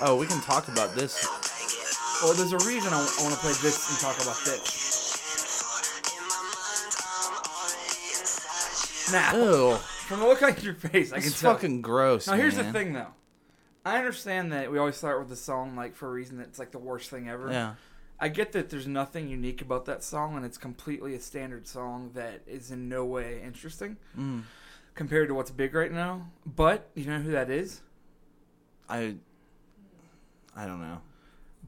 Oh, we can talk about this. Well, there's a reason I, want to play this and talk about this. Now, Ew, from the look on your face, I can it's tell. fucking gross. now, here's the man. thing, though. I understand that we always start with the song like for a reason that's like the worst thing ever. Yeah, I get that there's nothing unique about that song, and it's completely a standard song that is in no way interesting Mm. compared to what's big right now. But you know who that is? I, I don't know.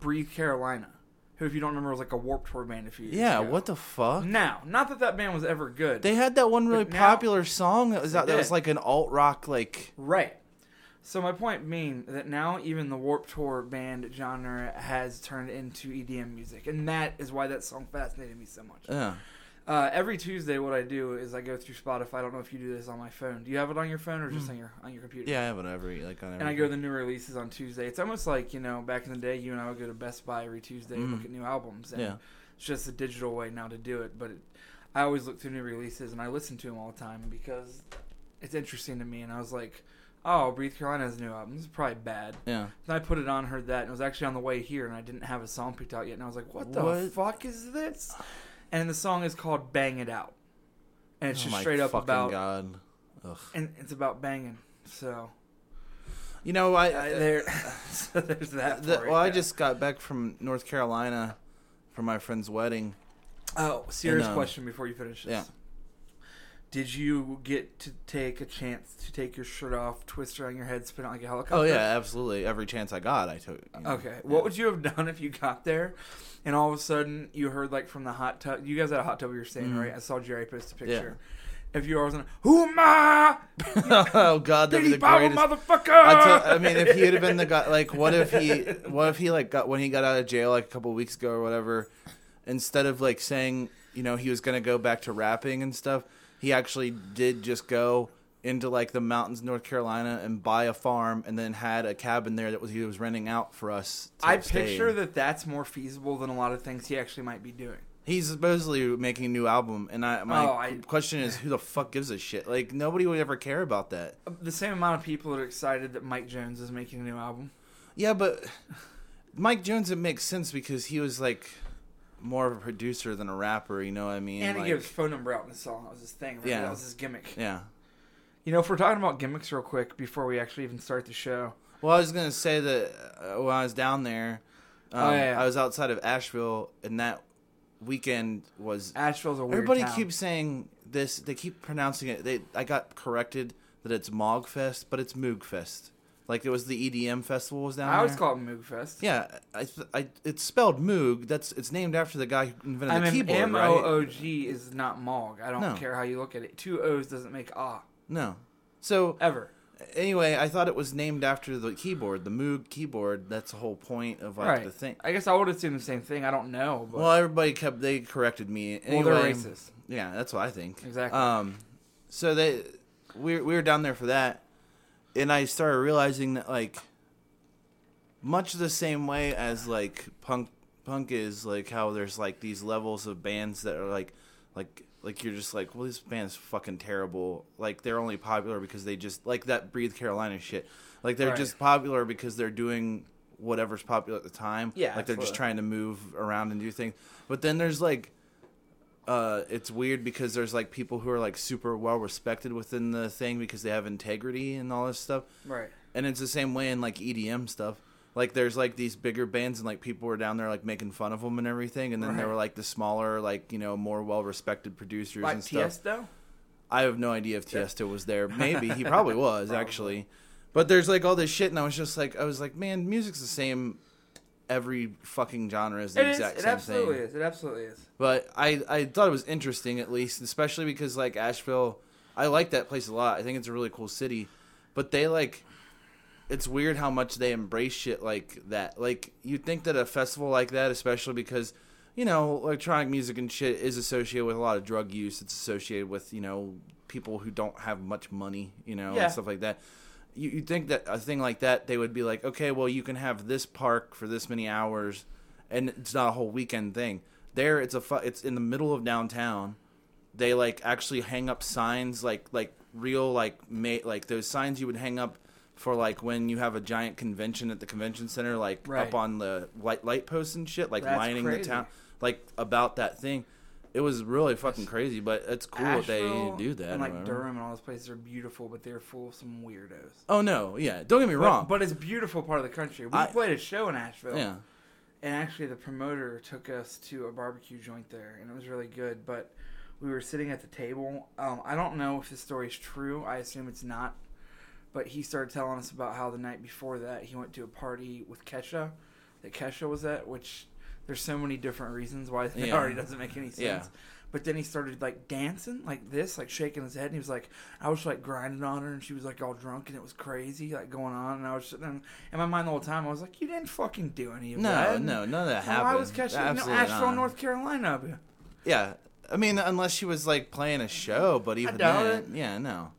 Breathe Carolina, who, if you don't remember, was like a Warped Tour band a few years Yeah, ago. what the fuck? Now, not that that band was ever good. They had that one really But now- popular song that was out. They That was did. like an alt rock like. right. So my point being that now even the Warped Tour band genre has turned into EDM music, and that is why that song fascinated me so much. Yeah. Uh, every Tuesday, what I do is I go through Spotify. I don't know if you do this on my phone. Do you have it on your phone or just on your on your computer? Mm. Yeah, I have it every like on every. And I go to the new releases on Tuesday. It's almost like you know back in the day, you and I would go to Best Buy every Tuesday and look at new albums. And Mm. Yeah. It's just a digital way now to do it, but it, I always look through new releases and I listen to them all the time because it's interesting to me. And I was like, oh, Breathe Carolina's new album. This is probably bad. yeah. And I put it on, heard that, and it was actually on the way here, and I didn't have a song picked out yet. And I was like, what the What? fuck is this? And the song is called Bang It Out. And it's Oh just my straight up fucking about, god. Ugh. and it's about banging. So You know, I, uh, I there, so there's that. the, part. well, I just got back from North Carolina for my friend's wedding. Oh, serious um, question before you finish this. yeah. Did you get to take a chance to take your shirt off, twist around your head, spin it like a helicopter? Oh yeah, absolutely. Every chance I got, I took. you know. Okay. What would you have done if you got there and all of a sudden you heard like from the hot tub you guys had a hot tub you were staying, Mm-hmm. right? I saw Jerry post a picture. If you were always on who am I? oh god, that'd be Bitty the Bible greatest. motherfucker I, t- I mean, if he had been the guy, like, what if he, what if he like got when he got out of jail like a couple weeks ago or whatever, instead of like saying you know he was gonna go back to rapping and stuff, he actually did just go into like the mountains of North Carolina and buy a farm and then had a cabin there that was he was renting out for us. To I stay picture in. that that's more feasible than a lot of things he actually might be doing. He's supposedly making a new album, and I my Oh, I- question is, who the fuck gives a shit? Like nobody would ever care about that. The same amount of people that are excited that Mike Jones is making a new album. Yeah, but Mike Jones, it makes sense because he was like more of a producer than a rapper. You know what I mean? And like, he gave his phone number out in the song. That was his thing. Right? Yeah. That was his gimmick. yeah. You know, if we're talking about gimmicks real quick before we actually even start the show, Well, I was gonna say that uh, when I was down there, um, Oh, yeah, yeah. I was outside of Asheville, and that weekend was. Asheville's a weird Everybody town. keeps saying this. They keep pronouncing it. They I got corrected that it's Mogfest, but it's Moogfest. Like it was the EDM festival was down I always there. call it Moogfest. yeah, I, th- I it's spelled Moog. That's it's named after the guy who invented I the mean, keyboard, M right? O O G is not Mog. I don't No. care how you look at it. Two O's doesn't make ah No. So ever. anyway, I thought it was named after the keyboard, the Moog keyboard. That's the whole point of like right. the thing. I guess I would assume the same thing. I don't know, but Well, everybody kept they corrected me. well, Anyway, they're racist. Yeah, that's what I think. Exactly. Um, so they we we were down there for that, and I started realizing that like much the same way as like punk punk is like how there's like these levels of bands that are like like like you're just like well this band's fucking terrible like they're only popular because they just like that breathe carolina shit like they're Right. just popular because they're doing whatever's popular at the time Yeah, like they're just absolutely. trying to move around and do things but then there's like uh, it's weird because there's like people who are like super well respected within the thing because they have integrity and all this stuff. Right. And it's the same way in like EDM stuff. Like there's like these bigger bands and like people were down there like making fun of them and everything. And then there Right. were like the smaller like you know more well respected producers Like and stuff. Tiesto? I have no idea if Tiesto was there. Maybe he probably was actually. But there's like all this shit, and I was just like, I was like, man, music's the same. Every fucking genre is the It is. exact It same absolutely thing is. It absolutely is. but I, I thought it was interesting at least, especially because like Asheville, I like that place a lot. I think it's a really cool city, but they like, it's weird how much they embrace shit like that. Like you'd think that a festival like that, especially because, you know, electronic music and shit is associated with a lot of drug use. It's associated with you know people who don't have much money, you know, Yeah. and stuff like that. You you think that a thing like that they would be like, okay, well you can have this park for this many hours, and it's not a whole weekend thing. There, it's a fu- it's in the middle of downtown. They like actually hang up signs like like real like ma- like those signs you would hang up for like when you have a giant convention at the convention center, like Right. up on the light light posts and shit, like That's lining the crazy. town, like about that thing. It was really fucking crazy, but it's cool Asheville that they do that. And like whatever. Durham and all those places are beautiful, but they're full of some weirdos. Oh no, yeah. Don't get me wrong. But, but it's a beautiful part of the country. We I- played a show in Asheville. yeah. And actually, the promoter took us to a barbecue joint there, and it was really good. But we were sitting at the table. Um, I don't know if this story is true. I assume it's not. But he started telling us about how the night before that he went to a party with Kesha that Kesha was at, which there's so many different reasons why it Yeah. already doesn't make any sense. Yeah. But then he started like dancing like this, like shaking his head, and he was like, I was like grinding on her, and she was like all drunk, and it was crazy, like going on. And I was sitting there, in my mind the whole time, I was like, You didn't fucking do any of No, that. no, none of that Well, happened. I was catching you know, Absolutely Asheville, not. North Carolina. Yeah. I mean, unless she was like playing a show, but even doubt then, yeah, no.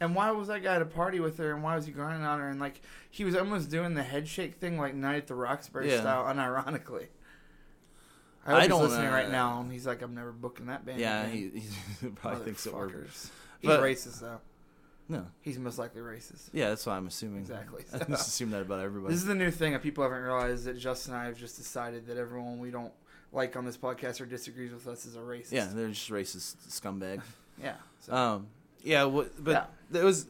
And why was that guy at a party with her? And why was he grinding on her? And like he was almost doing the head shake thing, like Night at the Roxbury Yeah. style, unironically. I, I hope don't, he's listening uh, right now, and he's like, "I'm never booking that band." Yeah, again." he, he probably thinks it works. Motherfuckers. He's But- racist though. No, He's most likely racist. yeah, that's what I'm assuming. Exactly. I just assume that about everybody. This is the new thing that people haven't realized that Justin and I have just decided that everyone we don't like on this podcast or disagrees with us is a racist. Yeah, they're just racist scumbags. Yeah. So, Um, yeah, wha- but it was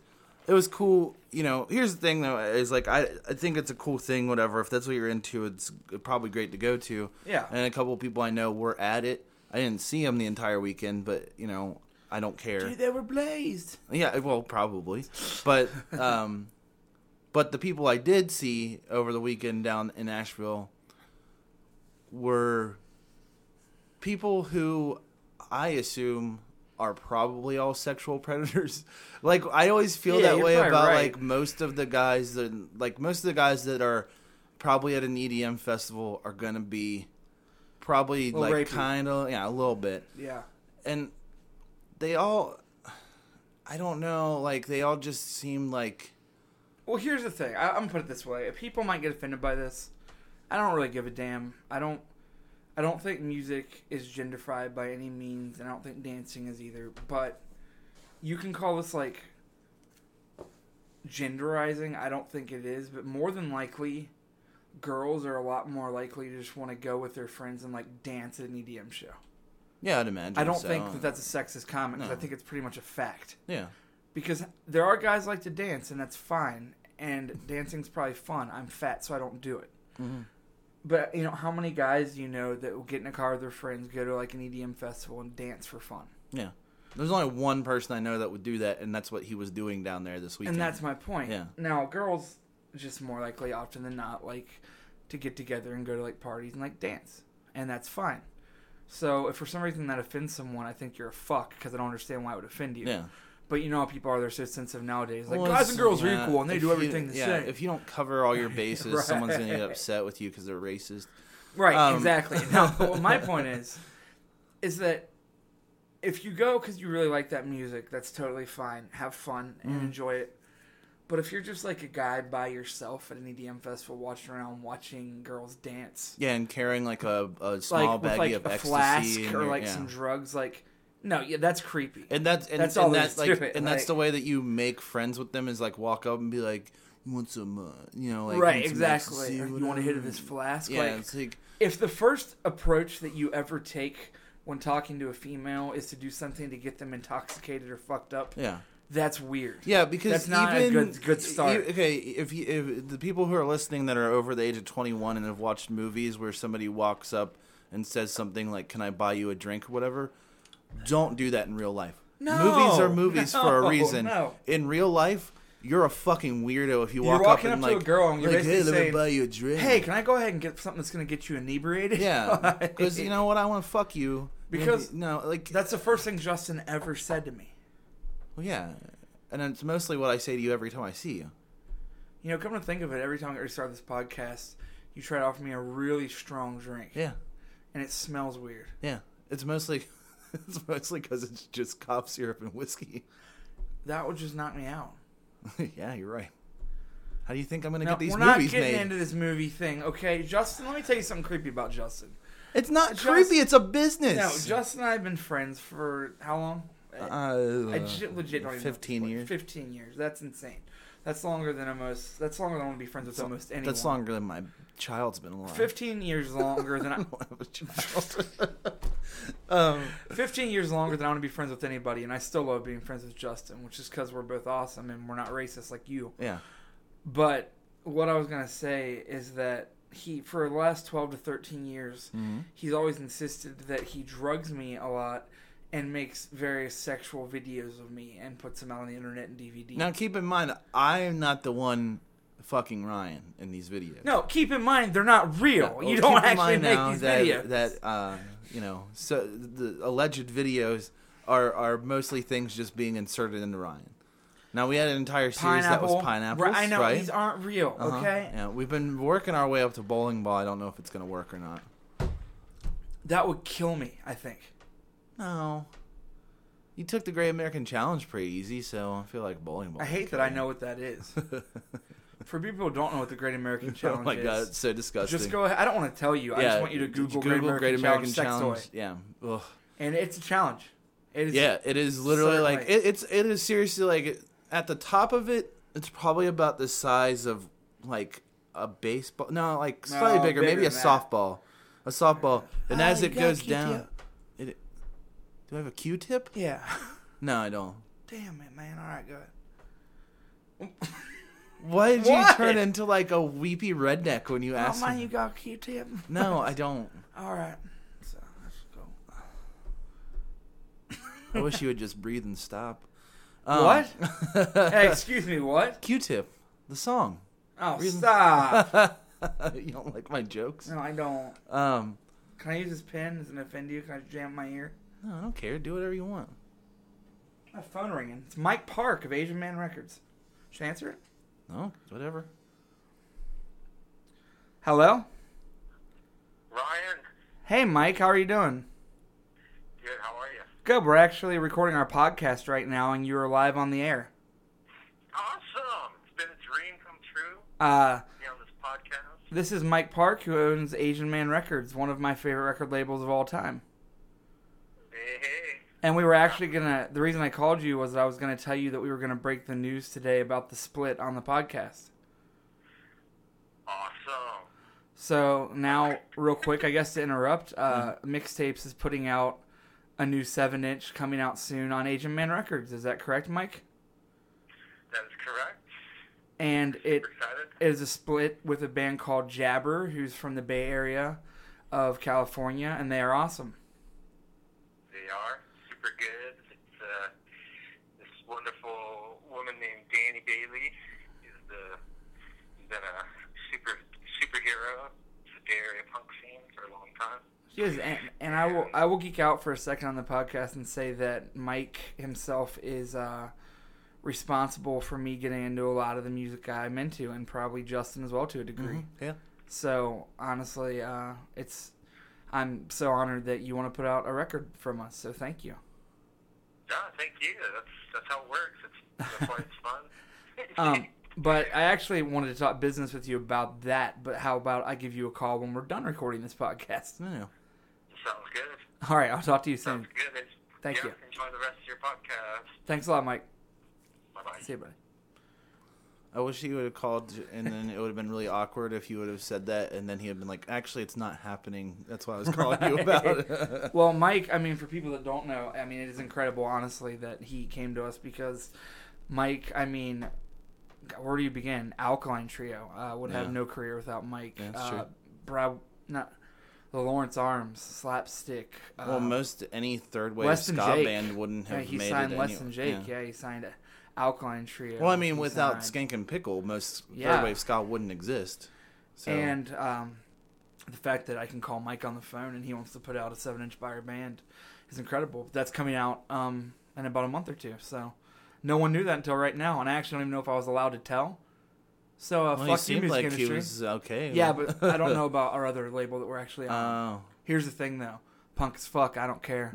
it was cool. You know, here's the thing though is like I I think it's a cool thing. Whatever, if that's what you're into, it's probably great to go to. yeah. And a couple of people I know were at it. I didn't see them the entire weekend, but you know, I don't care. Dude, they were blazed. Yeah, well, probably, but um, but the people I did see over the weekend down in Asheville were people who I assume are probably all sexual predators. like I always feel Yeah, that you're way probably about right. like most of the guys that like most of the guys that are probably at an EDM festival are gonna be probably Little like rapey. kind of yeah a little bit Yeah. and they all i don't know like they all just seem like Well, here's the thing. I, I'm gonna put it this way: people might get offended by this. I don't really give a damn. I don't. I don't think music is genderfied by any means, and I don't think dancing is either. But you can call this like genderizing. I don't think it is, but more than likely, girls are a lot more likely to just want to go with their friends and like dance at an EDM show. yeah i'd imagine I don't so. think that that's a sexist comment. 'cause I No. think it's pretty much a fact yeah because there are guys like to dance and that's fine and dancing's probably fun i'm fat so i don't do it Mhm. but you know how many guys do you know that will get in a car with their friends go to like an edm festival and dance for fun yeah there's only one person i know that would do that and that's what he was doing down there this weekend and that's my point Yeah. now girls just more likely often than not like to get together and go to like parties and like dance and that's fine so if for some reason that offends someone i think you're a fuck because i don't understand why it would offend you yeah but you know how people are they're so sensitive nowadays like Well, guys it's- and girls yeah, are equal and they if do you- everything the yeah, same if you don't cover all your bases Right. someone's gonna get upset with you because they're racist Right, Um, exactly. Now, what my point is, is that if you go because you really like that music, that's totally fine. Have fun and Mm. enjoy it. But if you're just like a guy by yourself at an E EDM festival, watching around, watching girls dance, yeah and carrying like a, a like small with baggie like of a ecstasy flask and or you're- like yeah. some drugs, like no, yeah, that's creepy. And that's and That's that's, all and there that's is to like it, and like- that's the way that you make friends with them is like walk up and be like, you want some, uh, you know, like right, want some exactly. ecstasy, Or you want to hit whatever?" this flask? Yeah, like, it's like if the first approach that you ever take when talking to a female is to do something to get them intoxicated or fucked up, yeah, that's weird. yeah. Because That's not a even, good- good start. e- okay, if you, if the people who are listening that are over the age of twenty one and have watched movies where somebody walks up and says something like, "Can I buy you a drink?" or whatever, don't do that in real life. No, movies are movies for no, a reason. no. In real life. You're a fucking weirdo if you You're walk walking up and up to a like, girl and you're like, hey, basically let me saying, buy you a drink. Hey, can I go ahead and get something that's gonna get you inebriated? Yeah, Like, because you know what? I want to fuck you. Because- no, like that's the first thing Justin ever said to me. well, yeah, and it's mostly what I say to you every time I see you. You know, come to think of it, every time I start this podcast, you try to offer me a really strong drink, Yeah, and it smells weird. yeah. It's mostly it's mostly because it's just cough syrup and whiskey. That would just knock me out. yeah, you're right. How do you think I'm gonna Now, get these we're not movies getting made? into this movie thing, okay? Justin, let me tell you something creepy about Justin. It's not Just- creepy. It's a No, business. Justin and I have been friends for how long? uh, I ju- legit don't even know. fifteen Like, years. Fifteen years. That's insane. That's longer than almost. That's longer than I want to be friends with almost anyone. That's longer than my child's been alive. Fifteen years longer than I I, don't have a child. um, fifteen years longer than I want to be friends with anybody, and I still love being friends with Justin, which is because we're both awesome and we're not racist like you. yeah. But what I was gonna say is that he, for the last twelve to thirteen years, Mm-hmm. he's always insisted that he drugs me a lot and makes various sexual videos of me and puts them out on the internet and DVD. Now keep in mind, I'm not the one fucking Ryan in these videos. no, keep in mind they're not real. Well, you keep don't in actually mind make now these that, videos. That uh, you know, so the alleged videos are are mostly things just being inserted into Ryan. Now we had an entire series that was pineapples, Right, I know right? these aren't real. Uh-huh. Okay, Yeah, we've been working our way up to bowling ball. I don't know if it's gonna work or not. that would kill me. I think. No. You took the Great American Challenge pretty easy, so I feel like bowling ball. I hate that I know what that is. For people who don't know what the Great American Challenge oh my god, is, it's so disgusting. just go ahead. I don't want to tell you. I just want you to d- Google, Great American, Challenge, sex toy, Yeah. Ugh. and it's a challenge. It is. Yeah, it is literally like Certainly. it, it's it is seriously like at the top of it, it's probably about the size of like a baseball. No, like slightly No, bigger, bigger maybe a than that. softball, a softball. And Oh, as you it got goes Q-tip. down, it. Do I have a Q-tip? Yeah. No, I don't. Damn it, man. All right, go ahead. Why did What? you turn into like a weepy redneck when you Oh asked? man, me? you got Q-tip. No, I don't. All right. So let's go. I wish you would just breathe and stop. Um, What? Hey, excuse me. What? Q-tip, the song. Oh, Reason- stop. you don't like my jokes? No, I don't. Um, Can I use this pen? Does it offend you? Can I jam my ear? no, I don't care. Do whatever you want. My phone ringing. It's Mike Park of Asian Man Records. Should I answer it? No, whatever. Hello? Ryan, Hey, Mike, how are you doing? good. How are you? Good. We're actually recording our podcast right now, and you're live on the air. Awesome. It's been a dream come true. Uh, You know this podcast. this is Mike Park, who owns Asian Man Records, one of my favorite record labels of all time. Hey, hey. And we were actually gonna. The reason I called you was that I was gonna tell you that we were gonna break the news today about the split on the podcast. Awesome. So now, real quick, I guess to interrupt, uh, Mixtapes is putting out a new seven inch coming out soon on Asian Man Records. Is that correct, Mike? That is correct. And it Super excited. is a split with a band called Jabber, who's from the Bay Area of California, and they are awesome. They are super good. It's uh, this wonderful woman named Danny Bailey is the has been a super superhero to the Bay Area punk scene for a long time. She is, and, and I will I will geek out for a second on the podcast and say that Mike himself is uh, responsible for me getting into a lot of the music I'm into, and probably Justin as well to a degree. Mm-hmm. Yeah. So honestly, uh, it's I'm so honored that you want to put out a record from us. So thank you. Yeah, thank you. That's that's how it works. It's that's why it's fun. Um, but I actually wanted to talk business with you about that. But how about I give you a call when we're done recording this podcast? No, no. Sounds good. All right, I'll talk to you soon. Sounds good. Thank yeah, you. Enjoy the rest of your podcast. Thanks a lot, Mike. Bye bye. See you, buddy. I wish he would have called, and then it would have been really awkward if he would have said that, and then he had been like, "Actually, it's not happening. That's why I was calling you about it." Well, Mike, I mean, for people that don't know, I mean, it is incredible, honestly, that he came to us because Mike, I mean, God, where do you begin? Alkaline Trio uh, would have Yeah. no career without Mike. Yeah, that's uh, true. Brow, not the Lawrence Arms, Slapstick. Uh, well, most any third wave Wes ska and Jake. band wouldn't yeah, have he made signed it. Less anyway. Than Jake. Yeah. Yeah. he signed Alkaline Trio. Well, I mean, He without signed- Skank and Pickle, most Yeah. third wave ska wouldn't exist. So, And um, the fact that I can call Mike on the phone and he wants to put out a seven inch by band is incredible. That's coming out um, in about a month or two. So no one knew that until right now. And I actually don't even know if I was allowed to tell. So uh, well, he fuck you, seemed music like industry. he was okay. Yeah, but I don't know about our other label that we're actually on. Oh. Here's the thing, though. Punk as fuck. I don't care.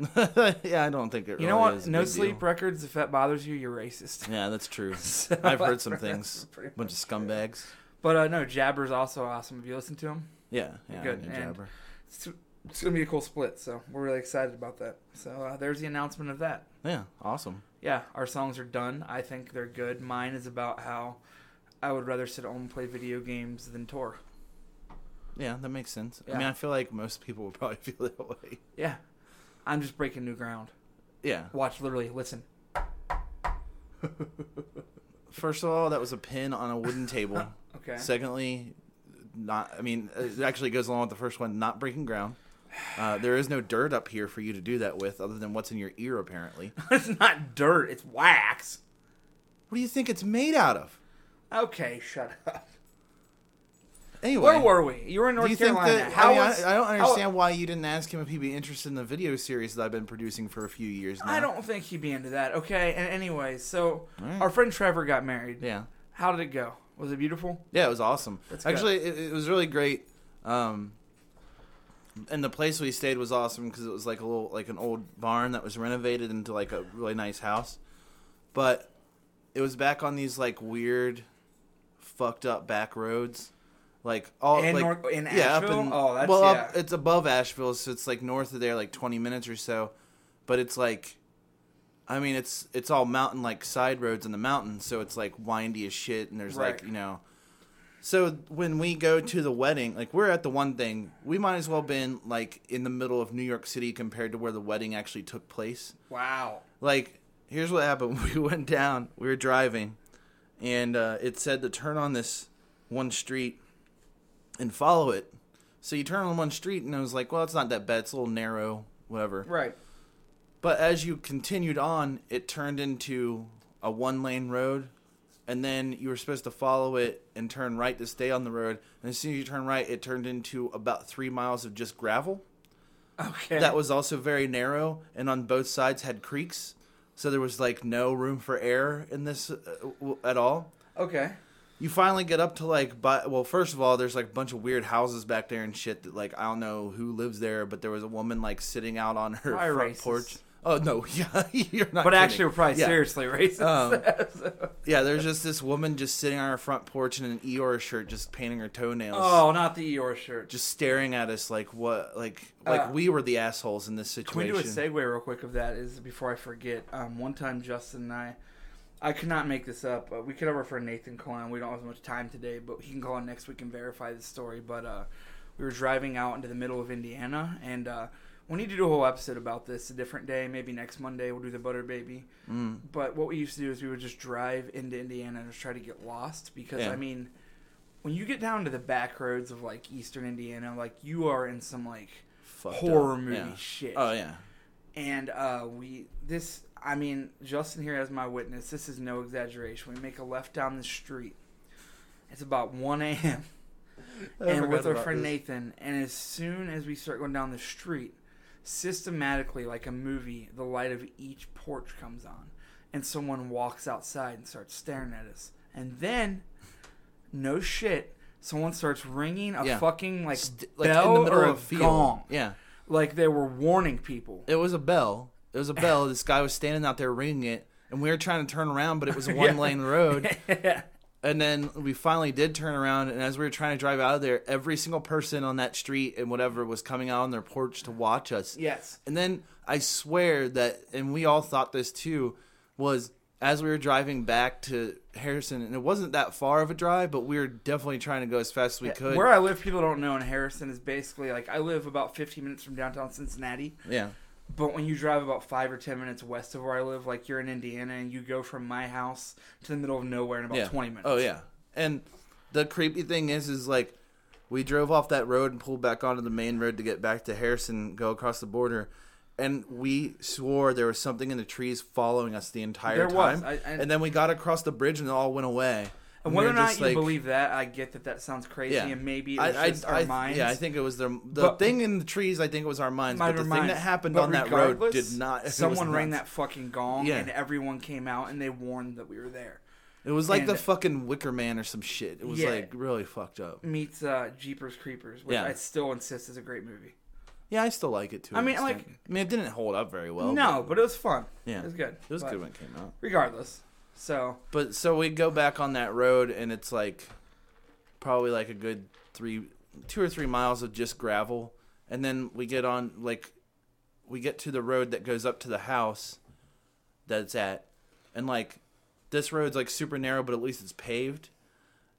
yeah, I don't think it. You really know what? is a No big deal. Sleep Records. If that bothers you, you're racist. Yeah, that's true. So, I've heard some that's things. pretty Bunch of scumbags. But uh, no, Jabber's also awesome. Have you listened to him? Yeah, yeah, Good, I knew and- Jabber. It's It's gonna be a cool split, so we're really excited about that. So uh, there's the announcement of that. Yeah, awesome. Yeah, our songs are done. I think they're good. Mine is about how I would rather sit home and play video games than tour. Yeah, that makes sense. I Yeah. mean, I feel like most people would probably feel that way. Yeah, I'm just breaking new ground. Yeah. Watch, literally, listen. First of all, that was a pin on a wooden table. Okay. Secondly, not. I mean, it actually goes along with the first one. Not breaking ground. Uh, there is no dirt up here for you to do that with, other than what's in your ear, apparently. it's not dirt. It's wax. What do you think it's made out of? Okay, shut up. Anyway, Where were we? You were in North do you think Carolina. that? I, mean, I, I don't understand why you didn't ask him if he'd be interested in the video series that I've been producing for a few years now. I don't think he'd be into that. Okay. And anyway, so Alright. our friend Trevor got married. Yeah. How did it go? Was it beautiful? Yeah, it was awesome. That's good. Actually, it, it was really great. Um, and the place we stayed was awesome because it was like a little, like an old barn that was renovated into like a really nice house. But it was back on these like weird, fucked up back roads, like all In like Nor- in up Asheville? Oh, that's- well, yeah. up, it's above Asheville, so it's like north of there, like twenty minutes or so. But it's like. I mean, it's it's all mountain like side roads in the mountains, so it's like windy as shit, and there's like Right. you know, so when we go to the wedding, like we're at the one thing, we might as well been like in the middle of New York City compared to where the wedding actually took place. Wow. Like, here's what happened: we went down, we were driving, and uh, it said to turn on this one street and follow it. So you turn on one street, and I was like, well, it's not that bad. It's a little narrow, whatever. Right. But as you continued on, it turned into a one lane road. And then you were supposed to follow it and turn right to stay on the road. And as soon as you turn right, it turned into about three miles of just gravel. Okay. That was also very narrow, and on both sides had creeks. So there was like no room for air in this uh, w- at all. okay. You finally get up to like, by, well, first of all, there's like a bunch of weird houses back there and shit that like I don't know who lives there, but there was a woman like sitting out on her Probably front racist. porch. Oh no, yeah, you're not. But kidding. actually, we're probably yeah. seriously racist. Yeah, there's just this woman just sitting on her front porch in an Eeyore shirt, just painting her toenails, oh, not the Eeyore shirt. just staring at us like what, like like Uh, we were the assholes in this Can we situation. do a segue real quick of that? Is before I forget. Um, one time, Justin and I, I could not make this up. Uh, we could have our friend Nathan Klein. We don't have much time today, but he can call in next week and verify the story. But uh, we were driving out into the middle of Indiana, and uh, we need to do a whole episode about this a different day. Maybe next Monday we'll do the Butter Baby. Mm. But what we used to do is we would just drive into Indiana and just try to get lost because Yeah. I mean, when you get down to the back roads of like Eastern Indiana, like you are in some like Fucked horror up. movie Yeah. shit. Oh yeah, And uh, we this I mean Justin here as my witness. This is no exaggeration. We make a left down the street. It's about one a.m. and with our friend Nathan. And as soon as we start going down the street, systematically like a movie, the light of each porch comes on, and someone walks outside and starts staring at us. And then, no shit, someone starts ringing a Yeah. fucking like St- like bell in the middle or of a a field. gong. Yeah, Like they were warning people. it was a bell. It was a bell. this guy was standing out there ringing it, and we were trying to turn around, but it was a one lane road. And then we finally did turn around, and as we were trying to drive out of there, every single person on that street and whatever was coming out on their porch to watch us. Yes. And then I swear that, and we all thought this too, was as we were driving back to Harrison, and it wasn't that far of a drive, but we were definitely trying to go as fast as we could. Where I live, people don't know, and Harrison is basically like I live about 15 minutes from downtown Cincinnati. yeah. But when you drive about five or 10 minutes west of where I live, like you're in Indiana, and you go from my house to the middle of nowhere in about yeah. 20 minutes. Oh yeah. And the creepy thing is, is like we drove off that road and pulled back onto the main road to get back to Harrison, go across the border. And we swore there was something in the trees following us the entire There was. time. I- I- and then we got across the bridge and it all went away. And whether we or were not just you like- believe that, I get that that sounds crazy, and maybe it was just our I, minds. Yeah, I think it was their, the But- thing in the trees. I think it was our minds. might But the remind- thing that happened but on that road regardless, did not. it Someone was rang nuts. that fucking gong, Yeah. and everyone came out, and they warned that we were there. It was like the and- fucking Wicker Man or some shit. It was Yeah. like really fucked up. Meets uh, Jeepers Creepers, which Yeah. I still insist is a great movie. Yeah, I still like it too. I mean, like- I mean, it didn't hold up very well. no, but it was fun. Oh, but- yeah, it was good. It was But good when it came out. Regardless, so But so we go back on that road, and it's like probably like a good three, two or three miles of just gravel. and then we get on like we get to the road that goes up to the house that it's at, and like this road's like super narrow, but at least it's paved.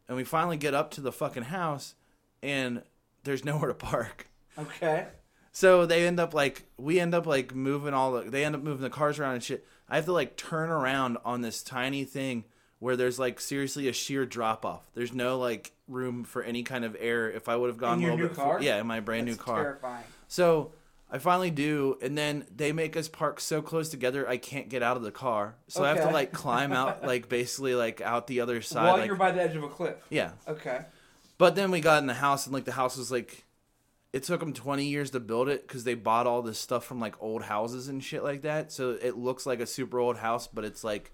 And we finally get up to the fucking house, and there's nowhere to park. Okay. So they end up like we end up like moving all the they end up moving the cars around and shit. I have to like turn around on this tiny thing where there's like seriously a sheer drop off. There's no like room for any kind of air. If I would have gone In your a little new bit, car? yeah, in my brand That's new car. Terrifying. So I finally do, and then they make us park so close together I can't get out of the car. So I have to Okay. like climb out, like basically like out the other side. While like, you're by the edge of a cliff. yeah. Okay. But then we got in the house, and like the house was like, it took them 20 years to build it because they bought all this stuff from like old houses and shit like that. So it looks like a super old house, but it's like,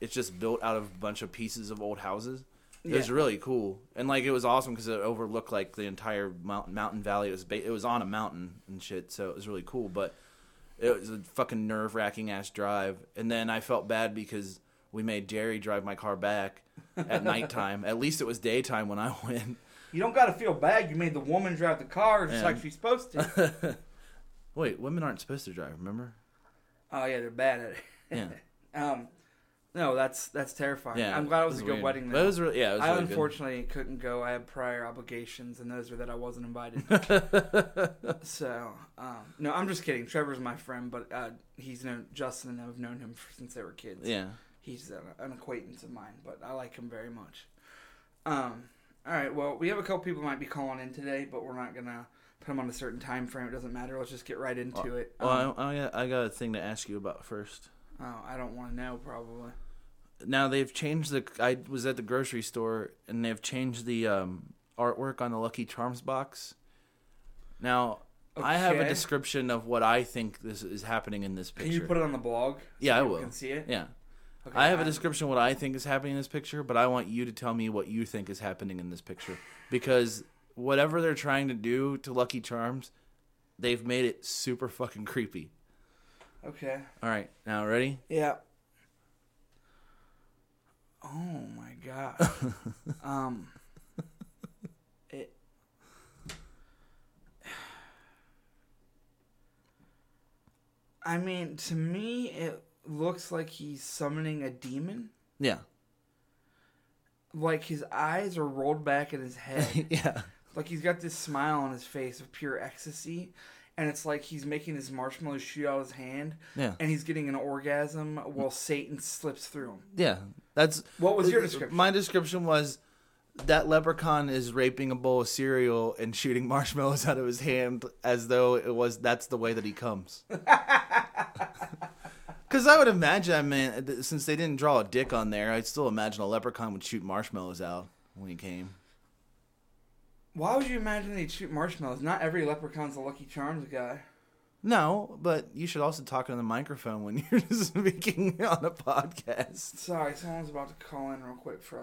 it's just built out of a bunch of pieces of old houses. It was Yeah. really cool, and like it was awesome because it overlooked like the entire mountain, mountain valley. It was ba- it was on a mountain and shit, so it was really cool. But it was a fucking nerve wracking ass drive. And then I felt bad because we made Jerry drive my car back at nighttime. at least it was daytime when I went. You don't got to feel bad. You made the woman drive the car just Yeah. like she's supposed to. Wait, women aren't supposed to drive, remember? oh yeah, they're bad at it. Yeah. Um, no, that's that's terrifying. Yeah. I'm glad it was, a good weird. wedding. But though. it was really, yeah, it was I really unfortunately couldn't go. I had prior obligations, and those were that I wasn't invited. good. so, um, no, I'm just kidding. Trevor's my friend, but uh, he's known Justin, and I've known him f- since they were kids. yeah. he's an, an acquaintance of mine, but I like him very much. Um, all right, well, we have a couple people might be calling in today, but we're not gonna put them on a certain time frame. It doesn't matter. Let's just get right into it. Um, Well, I, I, got, I got a thing to ask you about first. oh, I don't want to know. Probably. Now they've changed the. I was at the grocery store and they've changed the um, artwork on the Lucky Charms box. Now I have a Okay. description of what I think this is happening in this picture. Can you put it on the blog? so Yeah, I people will. Can see it. yeah, Okay, I have a I'm- description of what I think is happening in this picture, but I want you to tell me what you think is happening in this picture because whatever they're trying to do to Lucky Charms, they've made it super fucking creepy. Okay. All right, now ready? Yeah. Oh my god. um. It. I mean, to me, it looks like he's summoning a demon. Yeah, Like his eyes are rolled back in his head. yeah, like he's got this smile on his face of pure ecstasy, and it's like he's making his marshmallow shoot out of his hand, yeah, and he's getting an orgasm while Satan slips through him. yeah. That's uh, What was your description? My description was that leprechaun is raping a bowl of cereal and shooting marshmallows out of his hand as though it was that's the way that he comes. Because I would imagine, I mean, uh, th- since they didn't draw a dick on there, I'd still imagine a leprechaun would shoot marshmallows out when he came. Why would you imagine they'd shoot marshmallows? Not every leprechaun's a Lucky Charms guy. No, but you should also talk into the microphone when you're speaking on a podcast. Sorry, someone's about to call in real quick for uh,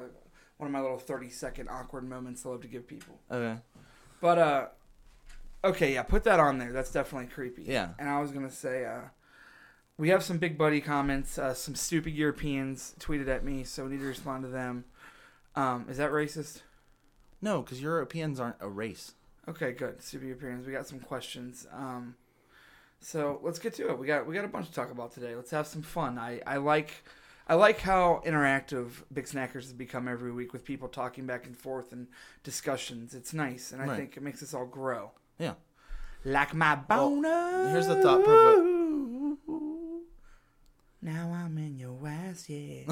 one of my little 30 second awkward moments I love to give people. Okay. But, uh, okay, yeah, put that on there. That's definitely creepy. Yeah. And I was going to say, uh, we have some big buddy comments. Uh, some stupid Europeans tweeted at me, so we need to respond to them. Um, is that racist? No, because Europeans aren't a race. Okay, good. Stupid Europeans. We got some questions. Um, so let's get to it. We got we got a bunch to talk about today. Let's have some fun. I, I like I like how interactive Big Snackers has become every week with people talking back and forth and discussions. It's nice, and I Right. think it makes us all grow. Yeah. Like my boner. here's the thought provo- Now I'm in your ass, yeah.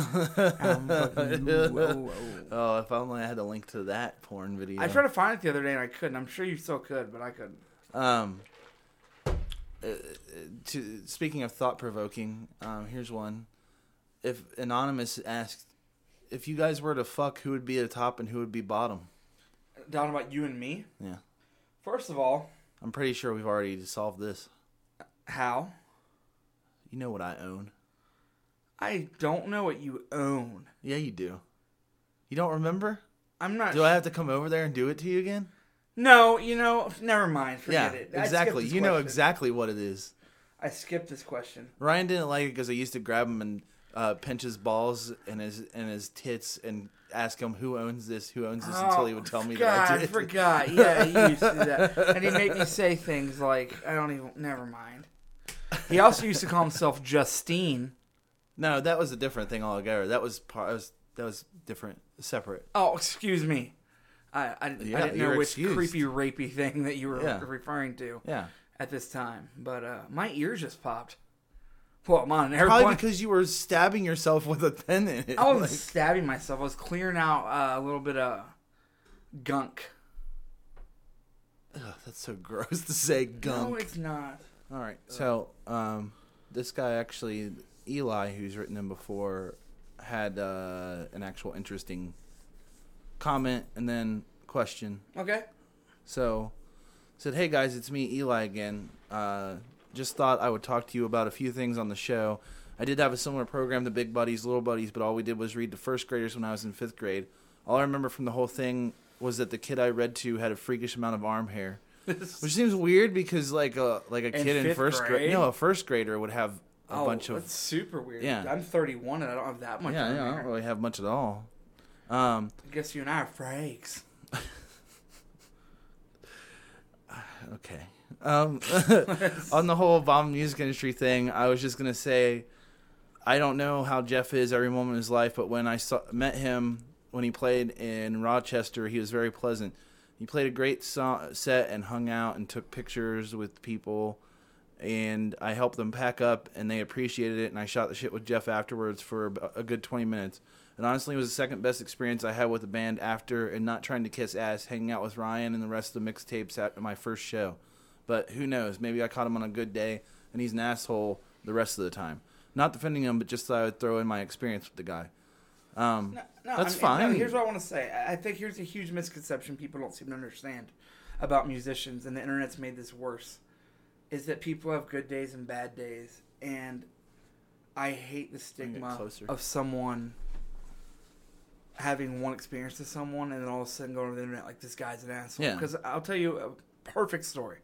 I'm fucking you. Whoa, whoa. Oh, if only I had a link to that porn video. I tried to find it the other day and I couldn't. I'm sure you still could, but I couldn't. Um, uh, to speaking of thought provoking, um, here's one. If anonymous asked, if you guys were to fuck, who would be at the top and who would be bottom? Down about you and me. Yeah, First of all, I'm pretty sure we've already solved this. how? You know what I own? I don't know what you own. Yeah, you do. You don't remember? I'm not. Do I have to come over there and do it to you again? No, you know, never mind. Yeah, Forget it. I skipped exactly. this You know question. exactly what it is. I skipped this question. Ryan didn't like it because I used to grab him and uh, pinch his balls and his and his tits and ask him who owns this, who owns this, Oh, until he would tell me God, that I I did. forgot. Yeah, he used to do that, and he made me say things like, "I don't even." Never mind. He also used to call himself Justine. No, that was a different thing altogether. That was part. That was, that was different, separate. Oh, excuse me. I, I, I Yeah, didn't know you're which excused. creepy, rapey thing that you were Yeah. referring to Yeah, at this time, but uh, my ears just popped. Well, I'm on an probably airplane. because you were stabbing yourself with a pen in it. I wasn't Like, stabbing myself. I was clearing out uh, a little bit of gunk. ugh, that's so gross to say. Gunk. No, it's not. All right. So, um, this guy actually, Eli, who's written him before, had uh, an actual interesting comment and then question. Okay. So, said, "Hey guys, it's me, Eli again. Uh, just thought I would talk to you about a few things on the show. I did have a similar program to Big Buddies, Little Buddies, but all we did was read to first graders when I was in fifth grade. All I remember from the whole thing was that the kid I read to had a freakish amount of arm hair." Which seems weird because like a like a kid in fifth first grade, grade? no, a first grader would have a oh, bunch that's of super weird. Yeah. I'm 31 and I don't have that much. yeah, on yeah. I there. don't really have much at all. Um, I guess you and I are freaks. okay. Um, on the whole bomb music industry thing, I was just gonna say, I don't know how Jeff is every moment of his life, but when I saw, met him when he played in Rochester, he was very pleasant. He played a great so- set and hung out and took pictures with people, and I helped them pack up, and they appreciated it. And I shot the shit with Jeff afterwards for ab- a good twenty minutes. And honestly, it was the second best experience I had with the band after, and not trying to kiss ass, hanging out with Ryan and the rest of the mixtapes at my first show. But who knows? Maybe I caught him on a good day, and he's an asshole the rest of the time. Not defending him, but just thought I would throw in my experience with the guy. Um, No, That's I mean, no, fine. here's what I want to say. I- I think here's a huge misconception people don't seem to understand about musicians, and the internet's made this worse. Is that people have good days and bad days, and I hate the stigma closer. of someone having one experience with someone, and then all of a sudden going on the internet like this guy's an asshole. Yeah. Because I'll tell you a perfect story,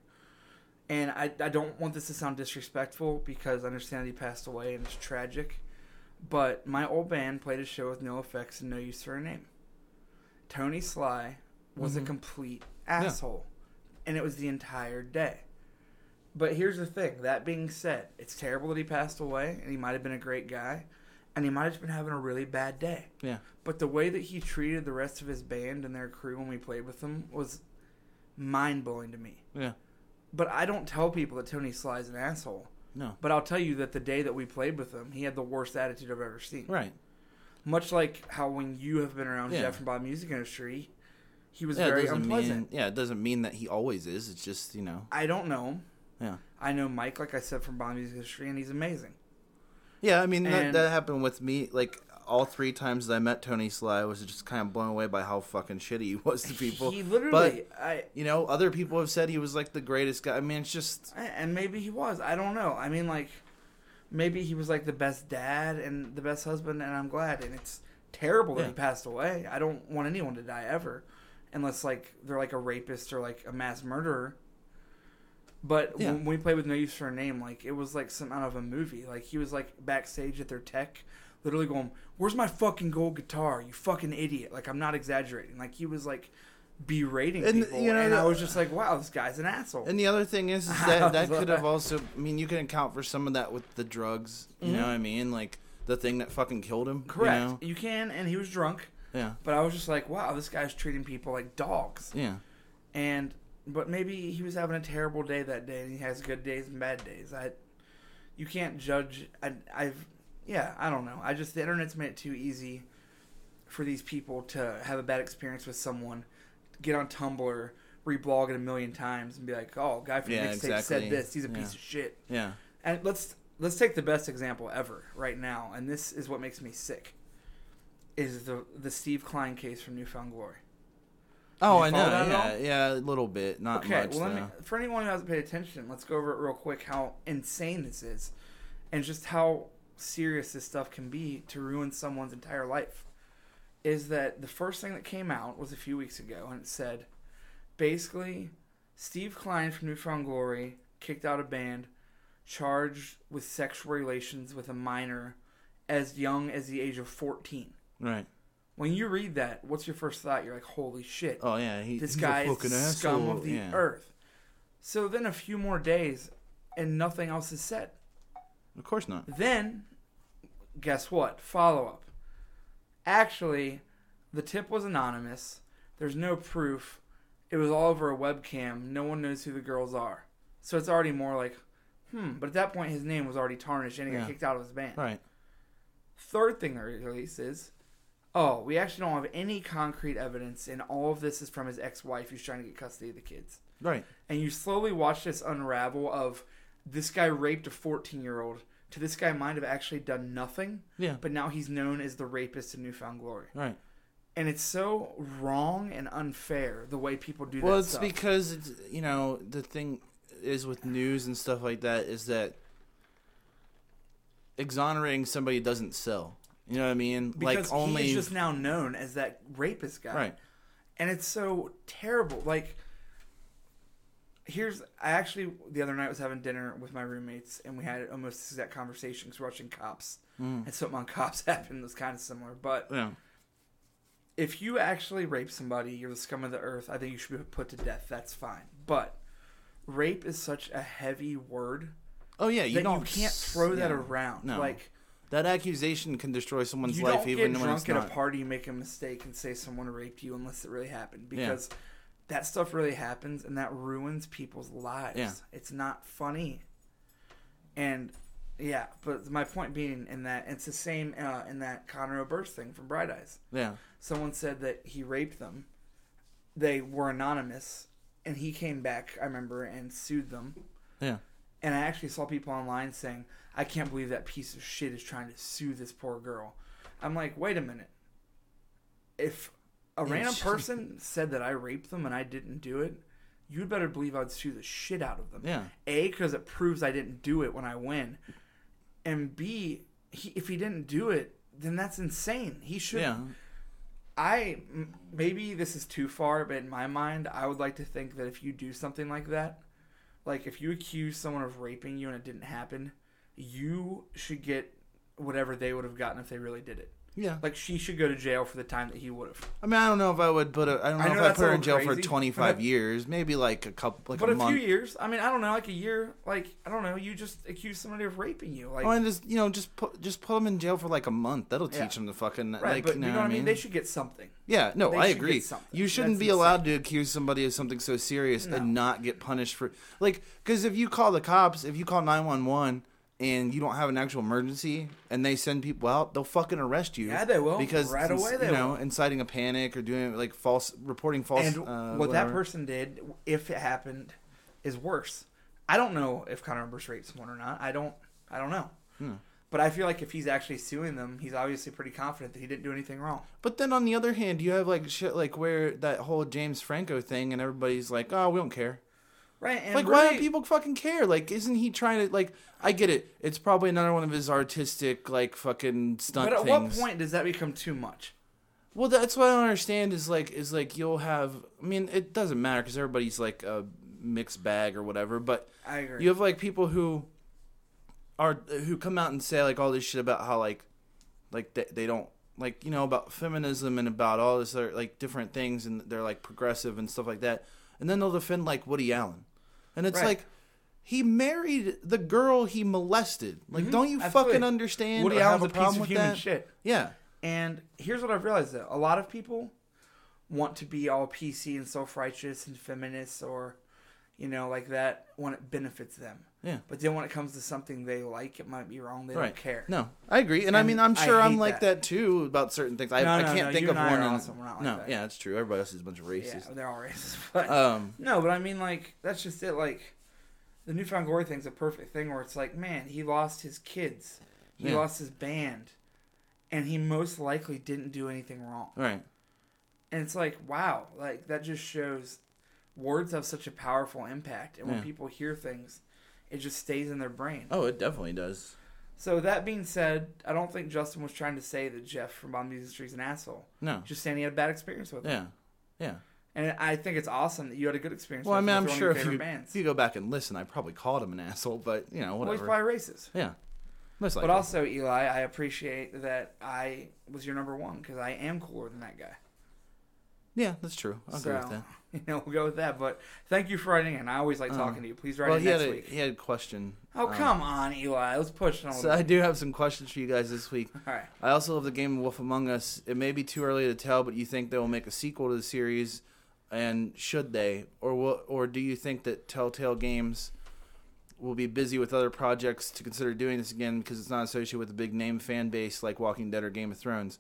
and I I don't want this to sound disrespectful because I understand he passed away and it's tragic. But my old band played a show with no effects and no use for a name. Tony Sly was a complete asshole. And it was the entire day. But here's the thing that being said, it's terrible that he passed away and he might have been a great guy and he might have just been having a really bad day. yeah, But the way that he treated the rest of his band and their crew when we played with them was mind blowing to me. yeah, But I don't tell people that Tony Sly's an asshole. no, But I'll tell you that the day that we played with him, he had the worst attitude I've ever seen right. much like how when you have been around Yeah. Jeff from Bob Music Industry, he was Yeah, it very doesn't unpleasant. mean yeah, it doesn't mean that he always is. It's just you know, I don't know him. yeah, I know Mike, like I said, from Bob Music Industry, and he's amazing. yeah. I mean that, And- that happened with me. Like all three times that I met Tony Sly, I was just kind of blown away by how fucking shitty he was to people. he literally, I, you know, other people have said he was like the greatest guy. I mean, it's just I, and maybe he was. I don't know. I mean, like, maybe he was like the best dad and the best husband, and I'm glad. And it's terrible that Yeah. he passed away. I don't want anyone to die ever, unless like they're like a rapist or like a mass murderer. But Yeah. when we played with No Use for a Name, like it was like some out of a movie. Like he was like backstage at their tech, literally going, "Where's my fucking gold guitar? You fucking idiot!" Like I'm not exaggerating. Like he was like berating And, people, you know, and I the- was just like, "Wow, this guy's an asshole." And the other thing is, is that that Sorry. could have also. I mean, you can account for some of that with the drugs. You know what I mean? Like the thing that fucking killed him. you Mm-hmm. Correct. You, know? can, and he was drunk. Yeah. But I was just like, wow, this guy's treating people like dogs. Yeah. And but maybe he was having a terrible day that day, and he has good days and bad days. I, you can't judge. I, I've, yeah, I don't know. I just the internet's made it too easy for these people to have a bad experience with someone, get on Tumblr, reblog it a million times, and be like, oh, guy from Yeah, mixtape exactly. said this. He's a Yeah. piece of shit. Yeah. And let's let's take the best example ever right now, and this is what makes me sick. Is the the Steve Klein case from Newfound Glory? Oh, you I know. follow that at Yeah, yeah, a little bit, not okay, much. well, let me, though. for anyone who hasn't paid attention, let's go over it real quick. How insane this is, and just how serious this stuff can be to ruin someone's entire life. Is that the first thing that came out was a few weeks ago, and it said, basically, Steve Klein from Newfound Glory kicked out a band charged with sexual relations with a minor as young as the age of 14. Right. When you read that, what's your first thought? You're like, holy shit. Oh yeah. He, this he's a guy is fucking the scum asshole. of the Yeah. earth. So then a few more days and nothing else is said. Of course not. Then, guess what? Follow up. Actually, the tip was anonymous. There's no proof. It was all over a webcam. No one knows who the girls are. So it's already more like, hmm. But at that point, his name was already tarnished and he Yeah. got kicked out of his band. Right. Third thing they release is, oh, we actually don't have any concrete evidence, and all of this is from his ex-wife who's trying to get custody of the kids Right. and you slowly watch this unravel of this guy raped a 14 year old to this guy might have actually done nothing Yeah. but now he's known as the rapist in newfound glory Right. and it's so wrong and unfair the way people do Well, that it's stuff. because it's, you know the thing is with news and stuff like that is that exonerating somebody doesn't sell. You know what I mean? because like only he's just now known as that rapist guy right. and it's so terrible like here's i actually the other night was having dinner with my roommates and we had almost this exact conversation because we're watching cops Mm. and something on cops happened was kind of similar but Yeah. if you actually rape somebody, you're the scum of the earth. I think you should be put to death. That's fine. But rape is such a heavy word Oh yeah. that You you, don't can't s- throw that yeah. around. No. Like That accusation can destroy someone's you life don't even get when it's drunk at not. a party, make a mistake, and say someone raped you unless it really happened because that stuff really happens and that ruins people's lives. Yeah. It's not funny. And yeah, but my point being in that it's the same uh, in that Conroe Burst thing from Bright Eyes yeah. someone said that he raped them. They were anonymous, and he came back, I remember, and sued them. Yeah. And I actually saw people online saying, I can't believe that piece of shit is trying to sue this poor girl. I'm like, wait a minute. If a random she- person said that I raped them and I didn't do it, you'd better believe I'd sue the shit out of them. Yeah. A, because it proves I didn't do it when I win. And B, he, if he didn't do it, then that's insane. He should Yeah. I m- maybe this is too far, but in my mind, I would like to think that if you do something like that, like if you accuse someone of raping you and it didn't happen, you should get whatever they would have gotten if they really did it. Yeah. Like she should go to jail for the time that he would have. I mean, I don't know if I would put. A, I don't know, I know if I that's put a her in little jail for crazy, 25 but- years, maybe like a couple, like But a, a month. few years. I mean, I don't know, like a year. Like I don't know. You just accuse somebody of raping you. Like I mean, just you know, Oh, just put just put them in jail for like a month. That'll teach Yeah. them to fucking right, like. but you know, what what I mean? They should get something. yeah, no, they I should get agree. something. You shouldn't That's be insane. allowed to accuse somebody of something so serious and not get punished for like because if you call the cops, if you call 911 and you don't have an actual emergency and they send people out, they'll fucking arrest you. Yeah, they will. because Right it's ins- away they you know will. inciting a panic or doing like false reporting false. And uh, what whatever. that person did, if it happened, is worse. I don't know if Conor Burst raped someone or not. I don't. I don't know. Hmm. But I feel like if he's actually suing them, he's obviously pretty confident that he didn't do anything wrong. But then on the other hand, you have like shit like where that whole James Franco thing, and everybody's like, "Oh, we don't care." Right? And Like, why really- don't people fucking care? Like, isn't he trying to like? I get it. It's probably another one of his artistic like fucking stunt But at things. what point does that become too much? Well, that's what I don't understand is like is like you'll have. I mean, it doesn't matter because everybody's like a mixed bag or whatever. But I agree. you have like people who are who come out and say like all this shit about how like like they, they don't like you know about feminism and about all this other like different things and they're like progressive and stuff like that and then they'll defend like woody allen and it's Right. like he married the girl he molested like don't you Mm-hmm. Absolutely. fucking understand Woody or have Allen's a a problem piece of with human that shit. yeah And here's what I've realized though: a lot of people want to be all PC and self-righteous and feminists, or you know, like that when it benefits them. Yeah. But then when it comes to something they like, it might be wrong. They right don't care. no i agree and, i And mean i'm I sure i'm hate like that. that. too about certain things i, No, I no, can't no, think you of and I one are and- awesome. We're not like no that. yeah it's true everybody else is a bunch of Yeah, racists they're all racist. But um no, but I mean, like that's just it. Like the newfound glory thing's a perfect thing where it's like, man, he lost his kids, he Yeah. lost his band, and he most likely didn't do anything wrong. all right And it's like, wow, like that just shows words have such a powerful impact, and when Yeah. people hear things, it just stays in their brain. Oh, it definitely does. So that being said, I don't think Justin was trying to say that Jeff from Bomb Music Street's an asshole. No. Just saying he had a bad experience with it. Yeah. Yeah. And I think it's awesome that you had a good experience. Well, I with mean, with I'm one of sure your if favorite you, bands. if you go back and listen, I probably called him an asshole, but you know, Well, he's whatever. probably racist. yeah. Most likely. But also, Eli, I appreciate that I was your number one because I am cooler than that guy. yeah, that's true. I agree with that. Um, You know, we'll go with that. But thank you for writing in. I always like talking to you. Please write Well, in he had next a, week. he had a question. oh, um, come on, Eli. Let's push it on. a So little I do have some questions for you guys this week. bit. All right. I also love the game Wolf Among Us. It may be too early to tell, but you think they will make a sequel to the series, and should they, or will, or do you think that Telltale Games will be busy with other projects to consider doing this again because it's not associated with a big name fan base like Walking Dead or Game of Thrones?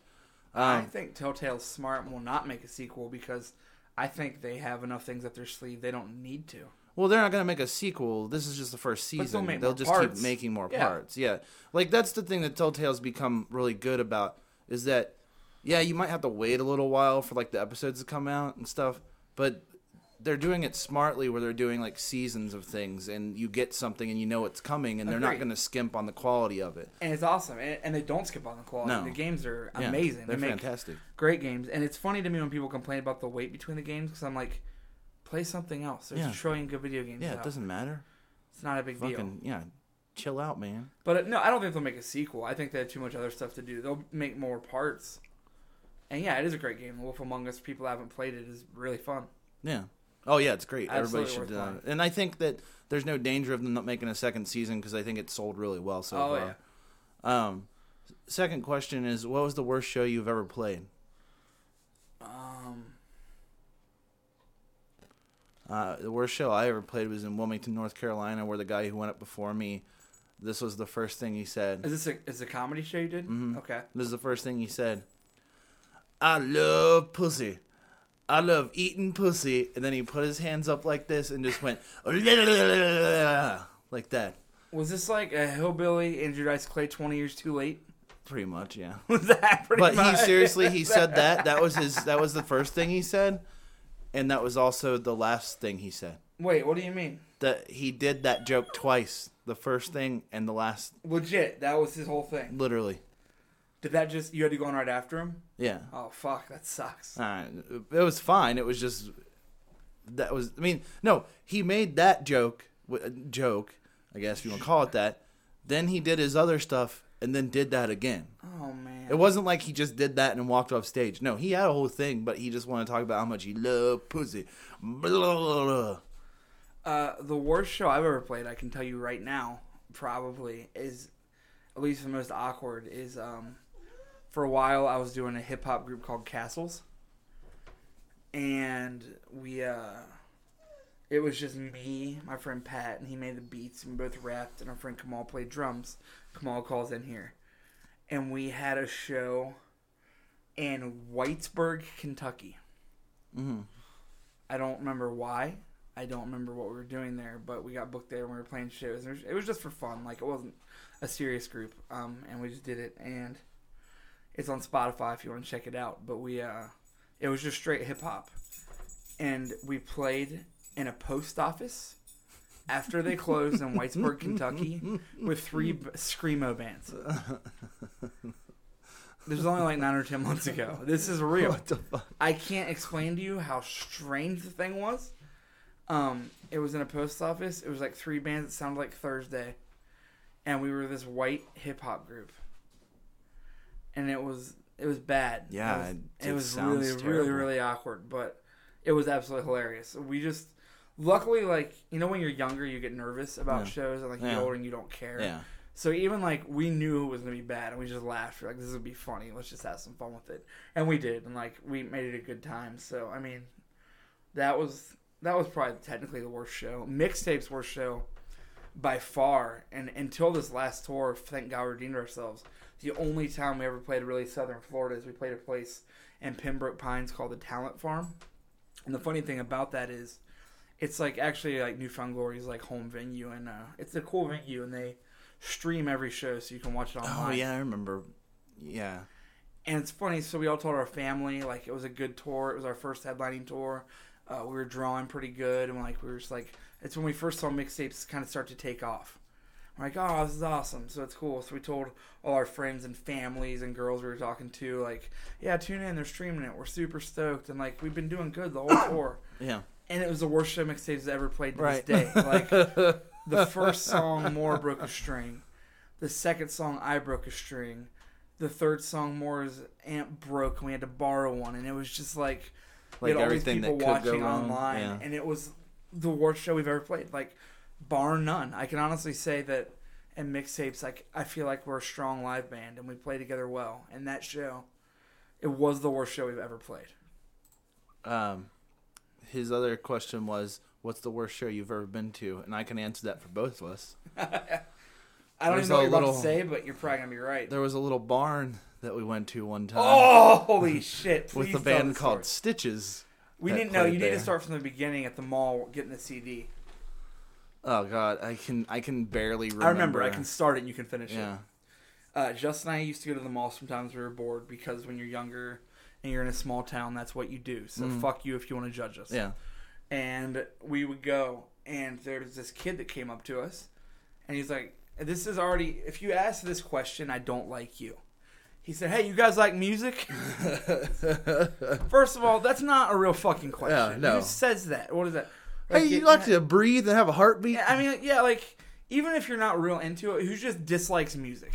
I Um, think Telltale's smart and will not make a sequel because I think they have enough things up their sleeve. They don't need to. Well, they're not going to make a sequel. This is just the first they'll season. make They'll more just parts. keep making more Yeah. parts. Yeah. Like that's the thing that Telltale's become really good about is that yeah, you might have to wait a little while for like the episodes to come out and stuff, but they're doing it smartly where they're doing like seasons of things and you get something and you know it's coming and they're not Agreed. going to skimp on the quality of it. And it's awesome. And, and they don't skip on the quality. No. The games are Yeah, amazing. They're they make fantastic. great games. And it's funny to me when people complain about the wait between the games because I'm like, play something else. There's Yeah. a trillion good video games. Yeah, out. it doesn't matter. It's not a big deal. Fucking yeah. Chill out, man. But uh, no, I don't think they'll make a sequel. I think they have too much other stuff to do. They'll make more parts. And yeah, it is a great game. The Wolf Among Us people who haven't played it is really fun. Yeah. Oh yeah, it's great. Absolutely Everybody should. worth Uh, and I think that there's no danger of them not making a second season because I think it sold really well so Oh, far. Yeah. Um, second question is, what was the worst show you've ever played? Um, Uh, the worst show I ever played was in Wilmington, North Carolina, where the guy who went up before me, this was the first thing he said. is this a is this a comedy show you did? Mhm. Okay. This is the first thing he said. I love pussy. I love eating pussy. And then he put his hands up like this and just went like that. Was this like a hillbilly Andrew Dice Clay twenty years too late? Pretty much, yeah. Was that pretty but he much? seriously he said that that was his that was the first thing he said and that was also the last thing he said Wait, what do you mean? that he did that joke twice the first thing and the last Legit, that was his whole thing. literally Did that just you had to go on right after him? yeah Oh fuck, that sucks. Uh, it was fine it was just that was i mean no he made that joke w- uh, joke i guess if you want to call it that then he did his other stuff and then did that again Oh man. it wasn't like he just did that and walked off stage no he had a whole thing but he just wanted to talk about how much he loved pussy blah, blah, blah, blah. Uh, the worst show I've ever played, I can tell you right now, probably is at least the most awkward is um for a while I was doing a hip hop group called Castles. And we uh it was just me, my friend Pat, and he made the beats and we both rapped and our friend Kamal played drums. Kamal calls in here. And we had a show in Whitesburg, Kentucky. I don't remember why. I don't remember what we were doing there, but we got booked there and we were playing shows. and It was just for fun. Like, it wasn't a serious group. Um, and we just did it. And it's on Spotify if you want to check it out. But we, uh, it was just straight hip hop. And we played in a post office after they closed in Whitesburg, Kentucky with three b- Screamo bands. This was only like nine or ten months ago. This is real. What the fuck? I can't explain to you how strange the thing was. Um, it was in a post office. It was like three bands. It sounded like Thursday, and we were this white hip hop group, and it was it was bad. Yeah, it- it was, it it was sounds really really terrible. really awkward, but it was absolutely hilarious. We just luckily like you know when you're younger you get nervous about Yeah. shows and like Yeah. you're older and you don't care. Yeah. So even like we knew it was gonna be bad, and we just laughed. We're like, "This would be funny. Let's just have some fun with it," and we did, and like we made it a good time. So I mean, that was that was probably technically the worst show. Mixtapes worst show by far, and until this last tour, thank God we redeemed ourselves. The only time we ever played really southern Florida is we played a place in Pembroke Pines called the Talent Farm. And the funny thing about that is, it's like actually like Newfound Glory's like home venue, and uh, it's a cool venue, and they stream every show so you can watch it Oh online. yeah, I remember. Yeah, And it's funny, so we all told our family like it was a good tour. It was our first headlining tour. Uh, we were drawing pretty good, and like we were just like, it's when we first saw mixtapes kind of start to take off. We're like, oh, this is awesome. So it's cool. So we told all our friends and families and girls we were talking to, like, yeah, tune in. They're streaming it. We're super stoked, and like we've been doing good the whole tour. yeah. And it was the worst show mixtapes ever played to Right. this day. Like the first song, "More Broke a String," The second song, I broke a string. The third song, Moore's aunt broke, and we had to borrow one, and it was just like we Like had all these everything people that could go watching wrong, online, yeah. and it was the worst show we've ever played, like bar none. I can honestly say that in mixtapes, like I feel like we're a strong live band, and we play together well. And that show, it was the worst show we've ever played. Um, his other question was, "What's the worst show you've ever been to?" And I can answer that for both of us. I don't There's even know what a you're about little- to say, but you're probably gonna be right. There was a little barn that we went to one time Oh, holy shit! with please a tell band the called story. Stitches. We that didn't know. played You need there. to start from the beginning at the mall, getting the CD. Oh God, I can I can barely remember. I remember. I can start it, and you can finish Yeah, it. Uh, Justin and I used to go to the mall sometimes. We were bored because when you're younger and you're in a small town, that's what you do. So fuck you if you want to judge us. Mm-hmm. yeah. and we would go and there was this kid that came up to us and he's like this is already if you ask this question i don't like you he said hey you guys like music first of all that's not a real fucking question no. who says that what is that hey, you it- like to breathe and have a heartbeat? i mean yeah like even if you're not real into it who just dislikes music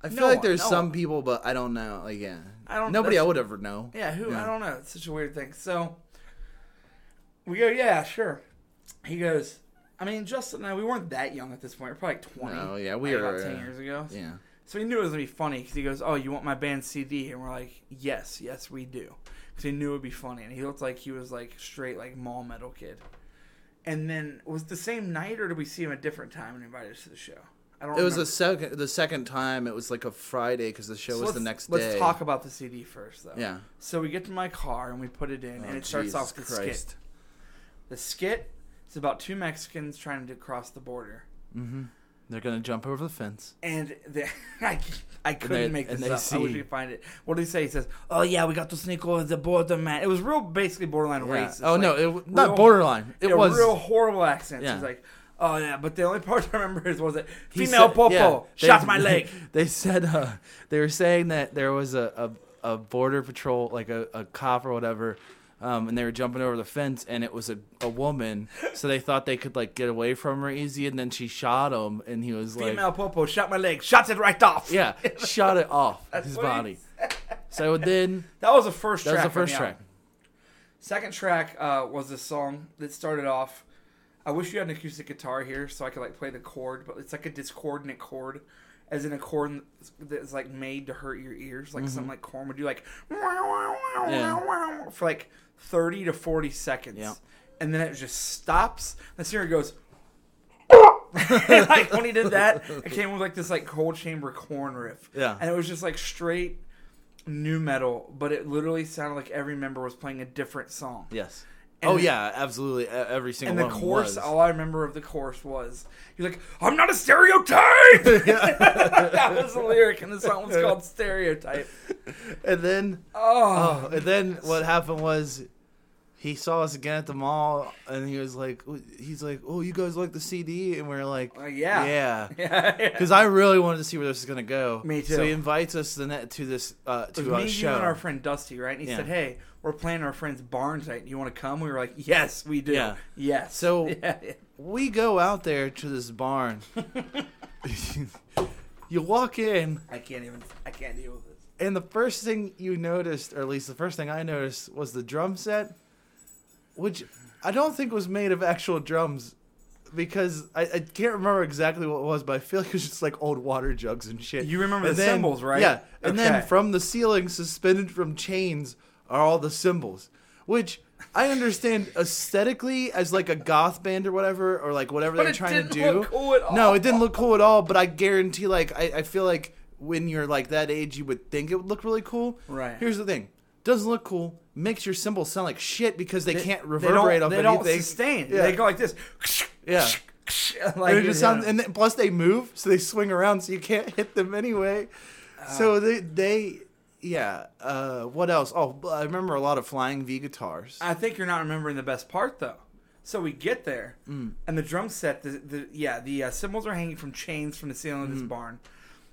I feel no like one, there's no some one. people, but I don't know. Like, yeah, I don't- Nobody I that's- would ever know. Yeah, who? Yeah. I don't know. It's such a weird thing. So we go, yeah, sure. He goes, I mean, Justin and I, we weren't that young at this point. We We're probably like 20. No, Oh, yeah, we like, were, About 10 uh, years ago. Yeah. So he knew it was going to be funny because he goes, Oh, you want my band CD? And we're like, Yes, yes, we do. Because he knew it would be funny. And he looked like he was like straight, like mall metal kid. And then was it the same night or did we see him a different time and invite us to the show? I don't It was remember. the second the second time. It was like a Friday because the show So was the let's- next let's day. talk about the CD first, though. Yeah. So we get to my car and we put it in, Oh, and it starts Jesus off with the skit. Christ. The skit is about two Mexicans trying to cross the border, They're gonna jump over the fence. and the, I I couldn't they- make and this they up. I wish see- we could find it. What did he say? He says, "Oh yeah, we got to sneak over the border, man." It was real, basically borderline Yeah. racist. Oh no, like, it, w- not real- borderline. It yeah, was real horrible accents. Yeah. He's like, "Oh yeah," but the only part I remember is was it He female said- popo yeah, they- shot my leg. They said uh, they were saying that there was a, a, a border patrol, like a, a cop or whatever, um, and they were jumping over the fence, and it was a, a woman. So they thought they could like get away from her easy, and then she shot him, and he was like, Female popo shot my leg. Shot it right off. yeah, shot it off That's his what he body. said. So then That was the first that track. was the on first album. track. Second track uh, was this song that started off. I wish you had an acoustic guitar here so I could like play the chord, but it's like a discordant chord, as in a chord that's like made to hurt your ears, like Mm-hmm. some like corn would do, like for like thirty to forty seconds, Yeah. and then it just stops. The singer goes. like when he did that, it came with like this like cold chamber corn riff, Yeah. and it was just like straight new metal, but it literally sounded like every member was playing a different song. Yes. And oh the- yeah, absolutely. E- Every single And the one of them chorus, was. all I remember of the chorus was, he's like, I'm not a stereotype! that was the lyric, and the song was called Stereotype. and then Oh, Oh, and then what happened was he saw us again at the mall and he was like he's like oh you guys like the cd and we are like Uh, yeah. yeah yeah. yeah. because i really wanted to see where this is going to go Me so he too. invites us the net to this uh It to was our me, show you, and our friend Dusty, right? And he Yeah. said, Hey, we're playing our friend's barn tonight. You want to come? We were like, Yes, we do. Yeah. Yes. So- yeah, yeah. we go out there to this barn you walk in I can't even, I can't deal with this. and the first thing you noticed or at least the first thing i noticed was the drum set which i don't think was made of actual drums because I, I can't remember exactly what it was, but I feel like it was just like old water jugs and shit. You remember And the cymbals, right? Yeah. And then Okay. from the ceiling, suspended from chains, are all the cymbals, which I understand aesthetically as like a goth band or whatever, or like whatever But they're it trying to didn't do. look cool at No, all. it didn't look cool at all. But I guarantee, like, I, I feel like when you're like that age, you would think it would look really cool. Right. Here's the thing. Doesn't look cool. Makes your cymbals sound like shit because they, can't They don't, reverberate off they anything. don't sustain. Yeah. They go like this. Yeah. like, And it just yeah. sounds, and then, plus they move, so they swing around, so you can't hit them anyway. Uh, so they, they, yeah. Uh, what else? Oh, I remember a lot of flying V guitars. I think you're not remembering the best part though. So we get there, Mm. and the drum set, the, the yeah, the uh, cymbals are hanging from chains from the ceiling of this Mm. barn,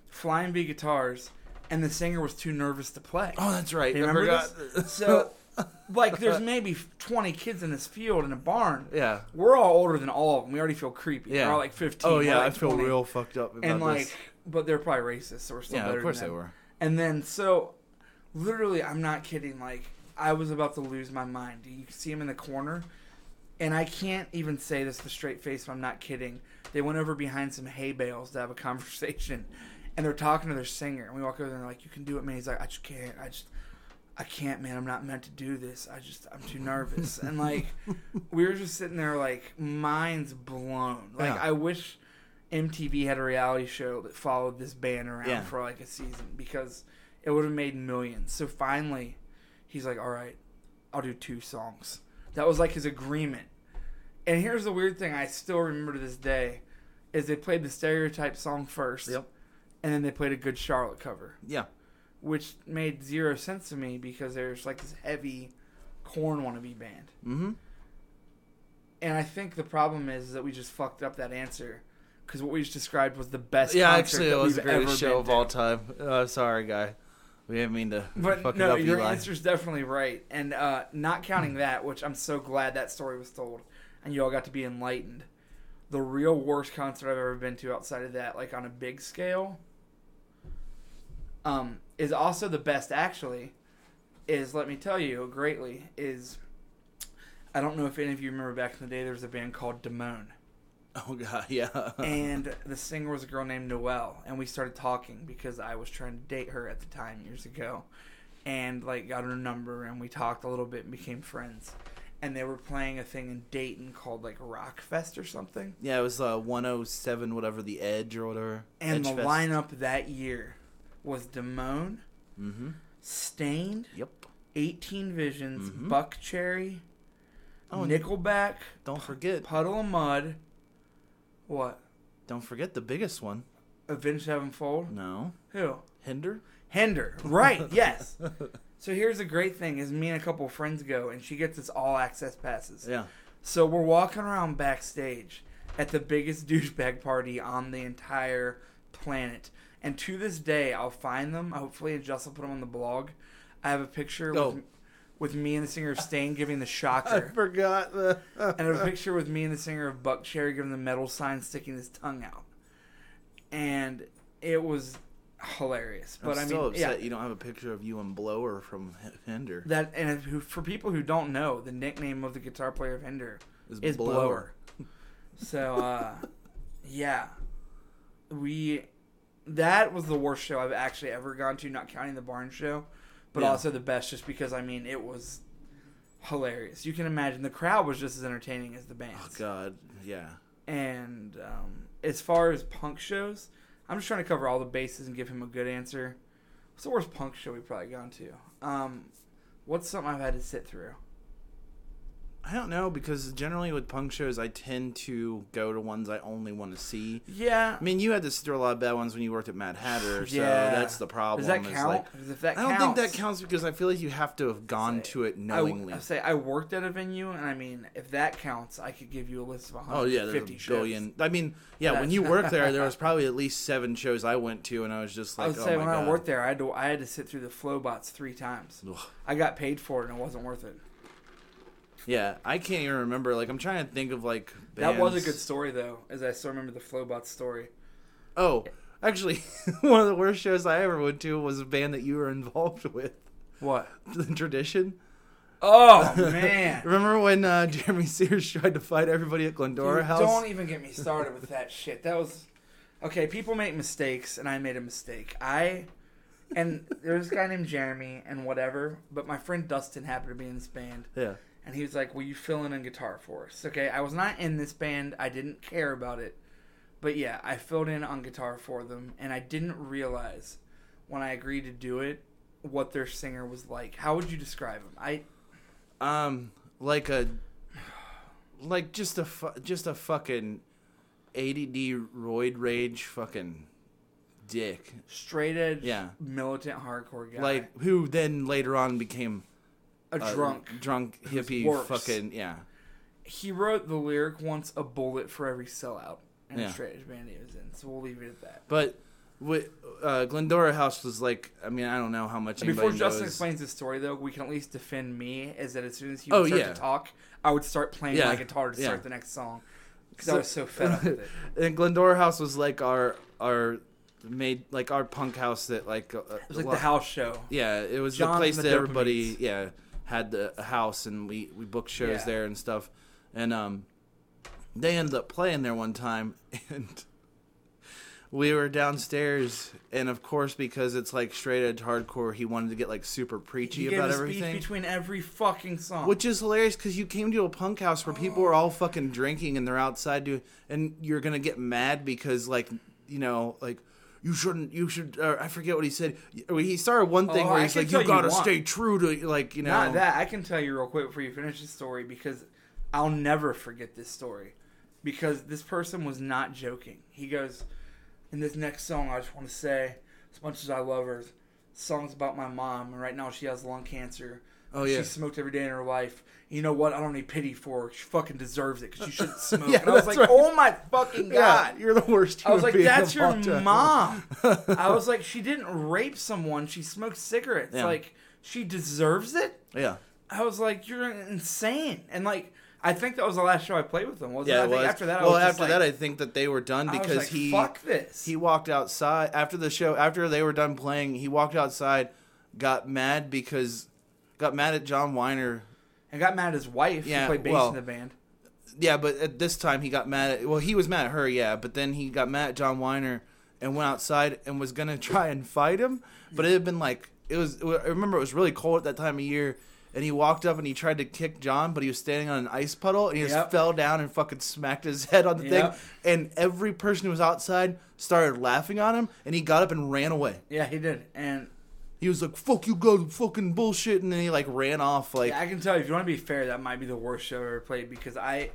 flying V guitars, and the singer was too nervous to play. oh, that's right. Do you I remember forgot. this? so, like, there's maybe 20 kids in this field in a barn. Yeah. we're all older than all of them. We already feel creepy. Yeah. We're all like 15. Oh we're yeah, like I feel 20. real fucked up about And like, this. but they're probably racist, so we're still Yeah, better of than course they them. were. And then so literally I'm not kidding, like I was about to lose my mind. You can see him in the corner and I can't even say this with a straight face, but I'm not kidding. They went over behind some hay bales to have a conversation and they're talking to their singer and we walk over there and they're like, You can do it, man. He's like, I just can't I just I can't, man. I'm not meant to do this. I just, I'm too nervous. And like, we were just sitting there, like, minds blown. Like, Yeah. I wish MTV had a reality show that followed this band around Yeah. for like a season because it would have made millions. So finally, he's like, all right, I'll do two songs. That was like his agreement. And here's the weird thing I still remember to this day is they played the stereotype song first. Yep. And then they played a good Charlotte cover Yeah. which made zero sense to me because there's like this heavy corn wannabe band. Mm-hmm. And I think the problem is that we just fucked up that answer because what we just described was the best. yeah, concert actually, it that was the we've ever greatest show been of to. all time. Uh, sorry, guy. We didn't mean to But fuck it no, up, your Eli. answer's definitely right. And uh, not counting that, which I'm so glad that story was told and you all got to be enlightened. The real worst concert I've ever been to outside of that, like on a big scale, um, is also the best actually. Is let me tell you greatly is I don't know if any of you remember back in the day there was a band called Demone Oh god, yeah. and the singer was a girl named Noelle, and we started talking because I was trying to date her at the time years ago, and like got her number and we talked a little bit and became friends, and they were playing a thing in Dayton called like Rockfest or something, yeah, it was uh, 107, whatever the Edge or whatever. and edge the lineup that year was Damone, Mm-hmm. Stained, Yep. 18 Visions, Mhm. Buck Cherry, Oh, and Nickelback, Don't forget, Puddle of Mud, what? don't forget the biggest one. Avenged Sevenfold? No, Who? Hinder. Hinder. Right, yes. So here's the great thing is me and a couple of friends go and she gets us all access passes. yeah. So we're walking around backstage at the biggest douchebag party on the entire planet. And to this day, I'll find them. Hopefully, Jess will put them on the blog. I have a picture Oh. with, with me and the singer of Stain giving the shocker, forgot the. and a picture with me and the singer of Buck Cherry giving the metal sign, sticking his tongue out. And it was hilarious. I'm But i mean, still yeah, upset you don't have a picture of you and Blower from H- Hinder. That and if, who- for people who don't know, the nickname of the guitar player of Hinder It's is Blower. So uh, yeah, we that was the worst show I've actually ever gone to, not counting the barn show, but Yeah. also the best just because I mean it was hilarious. You can imagine the crowd was just as entertaining as the band. Oh god, yeah. and um, as far as punk shows, I'm just trying to cover all the bases and give him a good answer. What's the worst punk show we've probably gone to? Um, what's something I've had to sit through? I don't know because generally with punk shows, I tend to go to ones I only want to see. Yeah. I mean, you had to sit through a lot of bad ones when you worked at Mad Hatter, so Yeah. that's the problem. Does that is, count? like- 'Cause if that I don't think that counts- counts because I feel like you have to have gone Say- to it I w- knowingly. I say I worked at a venue, and I mean, if that counts, I could give you a list of Oh yeah, 150 there's a billion. shows. I mean, yeah, when That's- you worked there, there was probably at least seven shows I went to, and I was just I like, would oh say my when god. I worked there, I had to I had to sit through the Flowbots three times. Ugh. I got paid for it, and it wasn't worth it. Yeah, I can't even remember. Like, I'm trying to think of like That was a bands. good story, though, as I still remember the Flowbots story. Oh, actually, one of the worst shows I ever went to was a band that you were involved with, What? the Tradition. Oh man! Remember when uh, Jeremy Sears tried to fight everybody at Glendora Dude, House? Don't e even get me started with that shit. That was okay. People make mistakes, and I made a mistake. I and there's this guy named Jeremy and whatever, but my friend Dustin happened to be in this band, Yeah. and he was like, "Will you fill in on guitar for us?" Okay, I was not in this band. I didn't care about it, but yeah, I filled in on guitar for them, and I didn't realize when I agreed to do it what their singer was like. How would you describe him? I Um, like a, like just a fu- just a fucking ADD roid rage fucking dick. straight edge, Yeah. militant hardcore guy, Like who then later on became a a drunk. drunk hippie worse. fucking yeah. he wrote the lyric once a bullet for every sellout and Yeah. a straight edge band he was in. So we'll leave it at that. But with uh, Glendora House was like I mean I don't know how much anybody Before Justin knows. explains his story, though, we can at least defend me. Is that as soon as he Oh, would start yeah. to talk, I would start playing Yeah. my guitar to start Yeah. the next song because So- I was so fed up with it. and Glendora House was like our our made like our punk house that like uh, It was like the house show. yeah it was John the from place the that everybody Dopamines. yeah had the a house and we we booked shows Yeah. there and stuff and um they ended up playing there one time and we were downstairs and of course because it's like straight edge hardcore he wanted to get like super preachy He gave about a everything speech between every fucking song. which is hilarious because you came to a punk house where people are all fucking drinking and they're outside doing, and you're gonna get mad because like you know like you shouldn't you should uh, I forget what he said. He started one thing Oh, where I he's can like tell you you gotta one. stay true to like you know Not that. I can tell you real quick before you finish the story because I'll never forget this story. Because this person was not joking. He goes, In this next song, I just want to say, as much as I love her, this song's about my mom, and right now she has lung cancer. Oh, yeah. She smoked every day in her life. You know what? I don't need pity for her. She fucking deserves it because she shouldn't smoke. Yeah, and I was that's right. like, Oh my fucking Yeah, God. you're the worst. I was human like, being that's of your all time." mom. I was like, she didn't rape someone. She smoked cigarettes. Yeah. Like, she deserves it. yeah, I was like, you're insane. And like, I think that was the last show I played with them. Wasn't yeah. it? I it think was. after that, well, I was after just that, like, I think that they were done I was because like, he fuck this. he walked outside after the show after they were done playing he walked outside got mad because got mad at john weiner and got mad at his wife. Yeah, who played bass well, in the band. Yeah, but at this time he got mad at well, he was mad at her, yeah, but then he got mad at John Weiner and went outside and was gonna try and fight him. But it had been like it was I remember it was really cold at that time of year and he walked up and he tried to kick John, but he was standing on an ice puddle and he just Yep. fell down and fucking smacked his head on the Yep. thing. And every person who was outside started laughing on him and he got up and ran away. Yeah, he did. And He was like, Fuck you guys fucking bullshit and then he like ran off like yeah, I can tell you, if you want to be fair, that might be the worst show I ever played because I,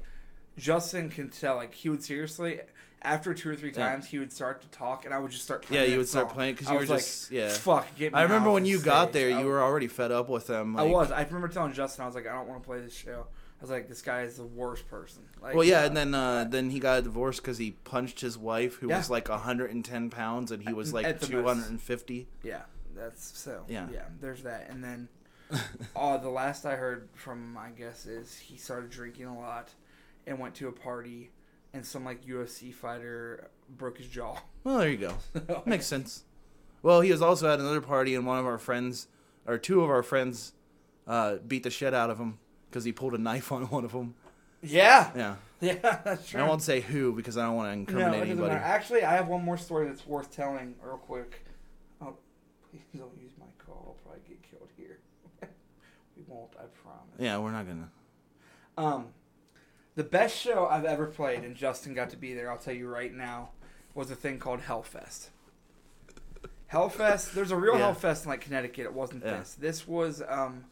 Justin can tell. Like, he would seriously. After two or three Yeah. times, he would start to talk, and I would just start. Yeah, playing you that would start song. playing 'cause I you was were like, just- yeah. Fuck, get me I remember off when the you got stage. there, I- you were already fed up with him. Like, I was. I remember telling Justin, I was like, I don't want to play this show. I was like, this guy is the worst person. Like, Well, yeah, uh, and then uh, then he got a divorce because he punched his wife, who Yeah. was like 110 pounds, and he was like At the most. 250. Yeah, that's so. Yeah. Yeah, yeah. There's that, and then, uh, the last I heard from, him, I guess, is he started drinking a lot, and went to a party, and some like UFC fighter broke his jaw. Well, there you go. Makes sense. Well, he was also at another party, and one of our friends, or two of our friends, uh, beat the shit out of him because he pulled a knife on one of them. yeah, Yeah, yeah, that's true. And I won't say who because I don't want to no, it incriminate doesn't anybody. matter. Actually, I have one more story that's worth telling, real quick. Oh, please don't use my call. I'll probably get killed here. we won't. I promise. Yeah, we're not gonna. Um, the best show I've ever played, and Justin got to be there. I'll tell you right now, was a thing called Hellfest. Hellfest. There's a real Yeah. Hellfest in like Connecticut. It wasn't Yeah. this. This was um.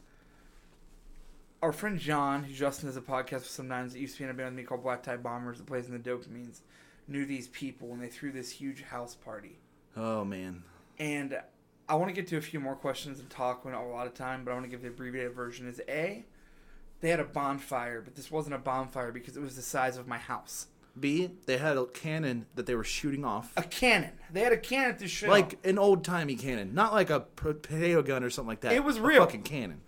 Our friend John, who Justin has a podcast with sometimes, that used to be in a band with me called Black Tie Bombers, that plays in the Dopamines, knew these people, and they threw this huge house party. Oh man. And I want to get to a few more questions and talk. We don't have a lot of time, but I want to give the abbreviated version. Is A, they had a bonfire, but this wasn't a bonfire because it was the size of my house. B. They had a cannon that they were shooting off. A cannon. They had a cannon to shoot. Like an old timey cannon, not like a p- potato gun or something like that. It was A real. fucking cannon.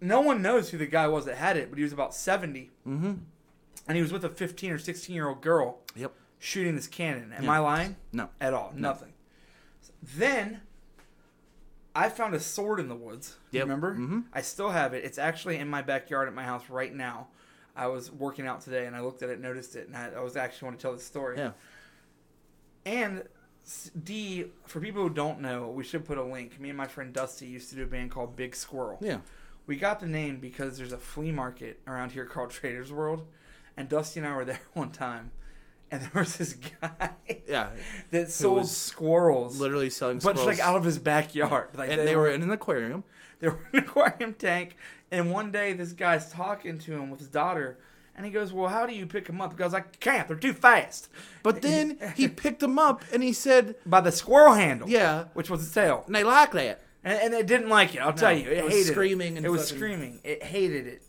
no one knows who the guy was that had it, but he was about 70. Mm-hmm. And he was with a 15 or 16 year old girl Yep. shooting this cannon. Am Yeah. I lying? No. At all. Nothing. Then I found a sword in the woods. You Yep. Remember? Mhm. I still have it. It's actually in my backyard at my house right now. I was working out today and I looked at it, noticed it, and I, I was actually want to tell the story. Yeah. And s- D, for people who don't know, we should put a link. Me and my friend Dusty used to do a band called Big Squirrel. Yeah. We got the name because there's a flea market around here called Trader's World, and Dusty and I were there one time, and there was this guy Yeah. that sold was squirrels, Literally selling but squirrels. like out of his backyard. Like and they, were in an aquarium. they were in an aquarium tank, and one day this guy's talking to him with his daughter, and he goes, "Well, how do you pick them up?" He goes, "I can't. They're too fast." But then he picked them up and he said, by the squirrel handle, Yeah. which was his tail. And they like that. and, and it didn't like it. I'll tell you, it, it was hated screaming it. and it was fucking- screaming. It hated it.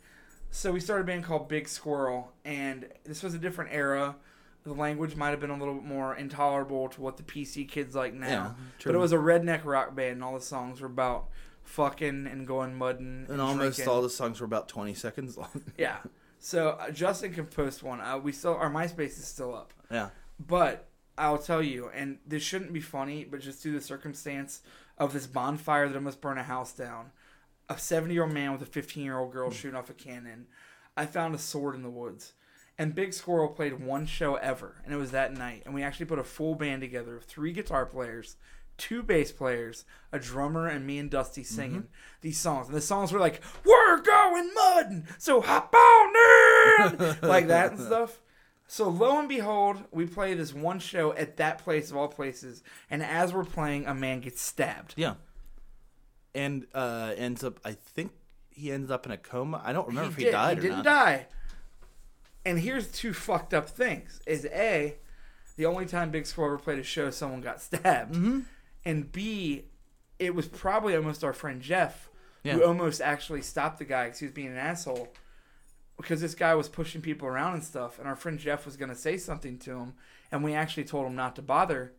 So we started a band called Big Squirrel, and this was a different era. The language might have been a little bit more intolerable to what the PC kids like now, Yeah, true. but it was a redneck rock band, and all the songs were about fucking and going mudding and, And almost drinking. all the songs were about 20 seconds long. Yeah. So uh, Justin can post one. Uh, we still our MySpace is still up, yeah. but I'll tell you, and this shouldn't be funny, but just due to the circumstance of this bonfire that almost burned a house down, a 70 year old man with a 15 year old girl shooting off a cannon, I found a sword in the woods. And Big Squirrel played one show ever, and it was that night. And we actually put a full band together of three guitar players, two bass players, a drummer, and me and Dusty singing these songs. And the songs were like, We're going mudding, so hop on in! like that and stuff. So lo and behold, we play this one show at that place of all places, and as we're playing, a man gets stabbed. Yeah. And uh, ends up, I think he ends up in a coma. I don't remember if he did. died he or not. didn't die. And here's two fucked up things: is a, the only time Big Squirrel ever played a show, someone got stabbed, Mm-hmm. and b, it was probably almost our friend Jeff Yeah. who almost actually stopped the guy because he was being an asshole because this guy was pushing people around and stuff, and our friend Jeff was gonna say something to him, and we actually told him not to bother.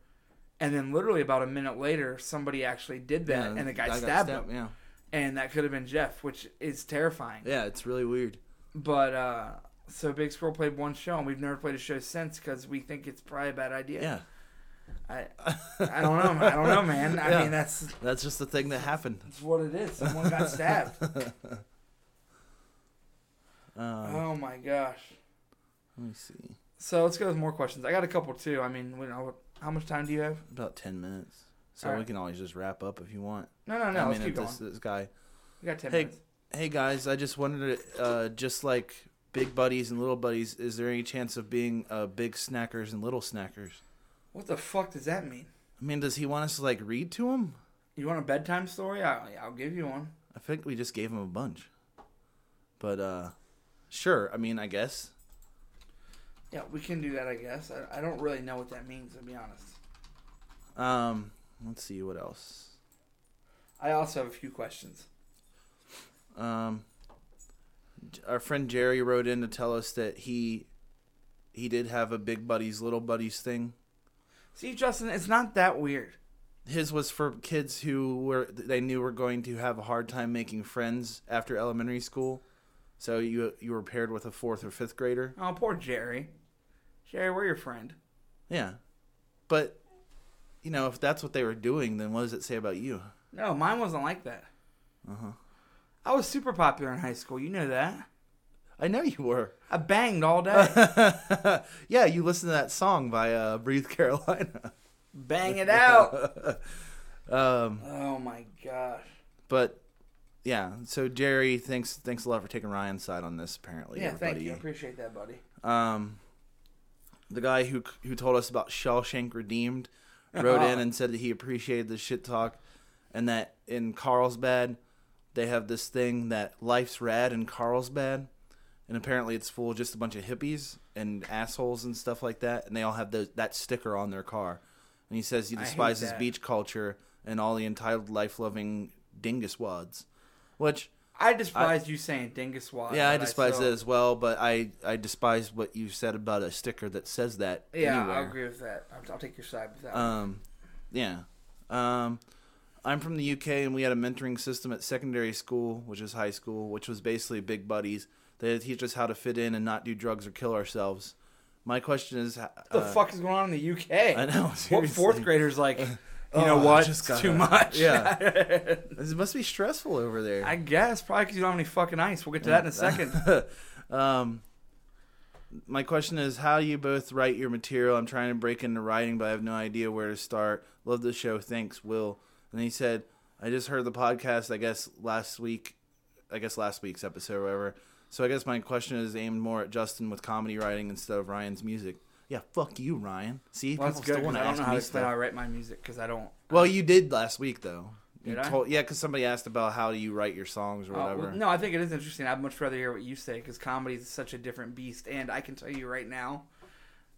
And then, literally about a minute later, somebody actually did that, Yeah, and the guy got stabbed, him. Yeah. And that could have been Jeff, which is terrifying. Yeah, it's really weird. But uh, so Big Squirrel played one show, and we've never played a show since because we think it's probably a bad idea. Yeah. I, I don't know. I don't know, man. I Yeah. mean, that's That's just the thing that happened. that's what it is. Someone got stabbed. Um, oh my gosh. let me see. So let's go with more questions. I got a couple too. I mean, we know how much time do you have? About 10 minutes. So All we right. can always just wrap up if you want. No, no, no. I let's mean, if keep going. this, this guy. we got ten Hey, minutes. Hey guys, I just wondered, uh, just like big buddies and little buddies, is there any chance of being uh, big snackers and little snackers? What the fuck does that mean? I mean, does he want us to like read to him? You want a bedtime story? I'll, I'll give you one. I think we just gave him a bunch. But uh, sure. I mean, I guess. Yeah, we can do that, I guess. I, I don't really know what that means, to be honest. Um, let's see what else. I also have a few questions. Um, J- our friend Jerry wrote in to tell us that he he did have a big buddies little buddies thing. See, Justin, it's not that weird. His was for kids who were they knew were going to have a hard time making friends after elementary school. So you you were paired with a fourth or fifth grader. Oh, poor Jerry. Jerry, we're your friend. Yeah, but you know if that's what they were doing, then what does it say about you? No, mine wasn't like that. Uh-huh. I was super popular in high school. You know that. I know you were. I banged all day. yeah, you listened to that song by uh, Breathe Carolina. Bang it out. Um, Oh my gosh. But yeah, so Jerry, thanks thanks a lot for taking Ryan's side on this. Apparently, Yeah, thank everybody. you. I appreciate that, buddy. Um, the guy who who told us about Shawshank Redeemed wrote in and said that he appreciated the shit talk, and that in Carlsbad they have this thing that life's rad in Carlsbad, and apparently it's full of just a bunch of hippies and assholes and stuff like that, and they all have those, that sticker on their car, and he says he hate despises that. beach culture and all the entitled life loving dingus wads, which. I despise you saying dingus wad. Yeah, I but despise still- it as well, but I I despise what you said about a sticker that says that. Yeah, anywhere. I'll agree with that. I'll, I'll take your side with that. one. Um, yeah. Um, I'm from the UK, and we had a mentoring system at secondary school, which is high school, which was basically big buddies. They teach us how to fit in and not do drugs or kill ourselves. My question is, what what the fuck is going on in the UK? uh, I know, What fourth seriously. Oh, graders like? You know I what? just it's too gotta- much. yeah. This must be stressful over there. I guess probably because you don't have any fucking ice. We'll get to that in a second. um, my question is how do you both write your material? I'm trying to break into writing, but I have no idea where to start. Love the show. Thanks, Will. And he said, I just heard the podcast, I guess, last week. I guess last week's episode or whatever. So I guess my question is aimed more at Justin with comedy writing instead of Ryan's music. Yeah, fuck you, Ryan. See, Well, that's people still good. 'cause want to I don't ask know how to me explain how I stuff. write my music because I don't. Well, you did last week though. You Did I? told- yeah, because somebody asked about how do you write your songs or Uh, whatever. well, no, I think it is interesting. I'd much rather hear what you say because comedy is such a different beast. And I can tell you right now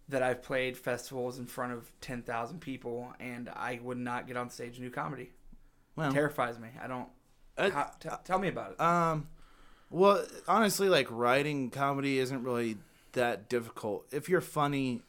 that I've played festivals in front of ten thousand people, and I would not get on stage and do comedy. Well, Terrifies me. I don't. I- how, t- tell me about it. Um, well, honestly, like writing comedy isn't really that difficult if you're funny,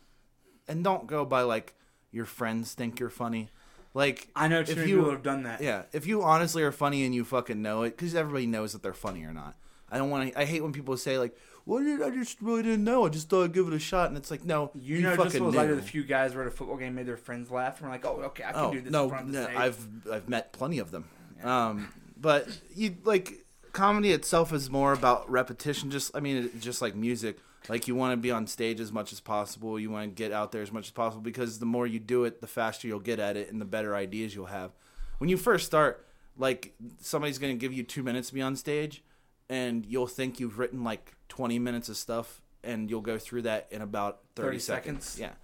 and don't go by like your friends think you're funny. Like I know if two you people have done that. yeah, if you honestly are funny and you fucking know it, because everybody knows that they're funny or not. I don't want to. I hate when people say like, "What did I just really didn't know? I just thought I'd give it a shot." And it's like, no, You, know, just was like the few guys were at a football game, made their friends laugh, and were like, "Oh, okay, I can oh do this." no, in front of the no, stage." I've I've met plenty of them. Um, but you like comedy itself is more about repetition. Just I mean, it- just like music, like you want to be on stage as much as possible. You want to get out there as much as possible because the more you do it, the faster you'll get at it, and the better ideas you'll have. When you first start, like somebody's going to give you two minutes to be on stage, and you'll think you've written like twenty minutes of stuff, and you'll go through that in about thirty, 30 seconds. seconds. Yeah.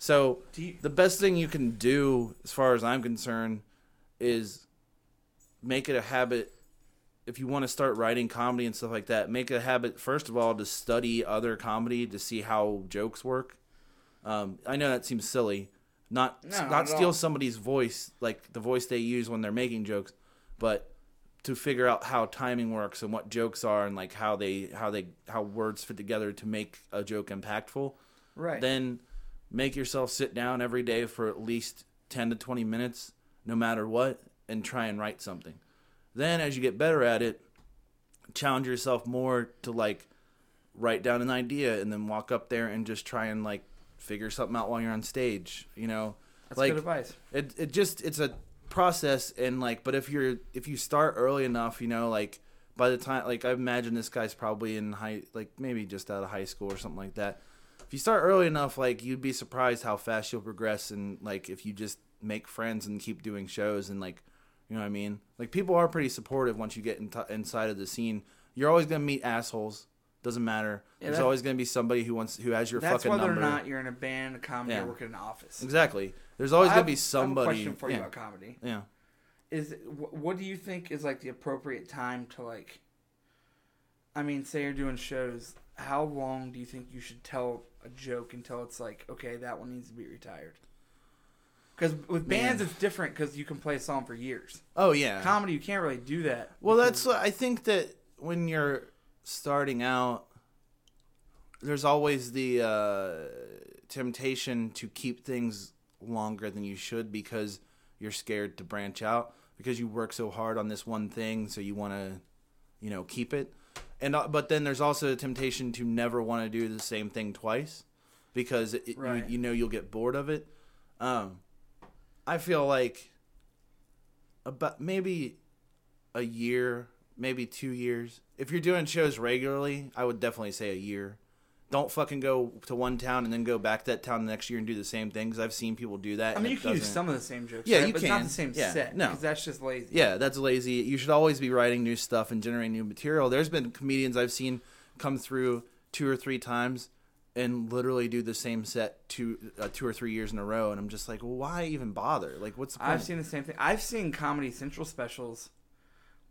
So Do you- the best thing you can do, as far as I'm concerned, is make it a habit. If you want to start writing comedy and stuff like that, make it a habit first of all to study other comedy to see how jokes work. Um, I know that seems silly, not No, not not at steal all. somebody's voice like the voice they use when they're making jokes, but to figure out how timing works and what jokes are and like how they how they how words fit together to make a joke impactful right. then make yourself sit down every day for at least 10 to 20 minutes no matter what and try and write something then as you get better at it challenge yourself more to like write down an idea and then walk up there and just try and like figure something out while you're on stage you know That's like good advice. it it just it's a process and like but if you're if you start early enough you know like by the time like i imagine this guy's probably in high like maybe just out of high school or something like that if you start early enough like you'd be surprised how fast you'll progress and like if you just make friends and keep doing shows and like you know what i mean like people are pretty supportive once you get in t- inside of the scene you're always gonna meet assholes doesn't matter Yeah, there's that- always gonna be somebody who wants who has your That's fucking whether number or not you're in a band, a comedy, Yeah. or working in an office. exactly there's always I gonna have- be somebody I have a question for yeah, you about comedy. yeah. Is wh- what do you think is like the appropriate time to like? I mean, say you're doing shows. How long do you think you should tell a joke until it's like, okay, that one needs to be retired? Because with bands, it's different because you can play a song for years. Oh yeah. Comedy, you can't really do that. well, because- that's what- I think that when you're starting out, there's always the uh, temptation to keep things longer than you should because you're scared to branch out because you work so hard on this one thing, so you want to, you know, keep it. And uh, but then there's also a temptation to never want to do the same thing twice because it, you- Right. you, know you'll get bored of it. Um, I feel like about maybe a year, maybe two years. If you're doing shows regularly, I would definitely say a year. Don't fucking go to one town and then go back to that town the next year and do the same thing. Because I've seen people do that. I and mean, it you can use doesn't- some of the same jokes. Yeah, right? you but It's not can. the same Yeah, set. no. because that's just lazy. Yeah, that's lazy. You should always be writing new stuff and generating new material. There's been comedians I've seen come through two or three times and literally do the same set two uh, two or three years in a row, and I'm just like, well, why even bother? Like, what's the point? I've seen the same thing. I've seen Comedy Central specials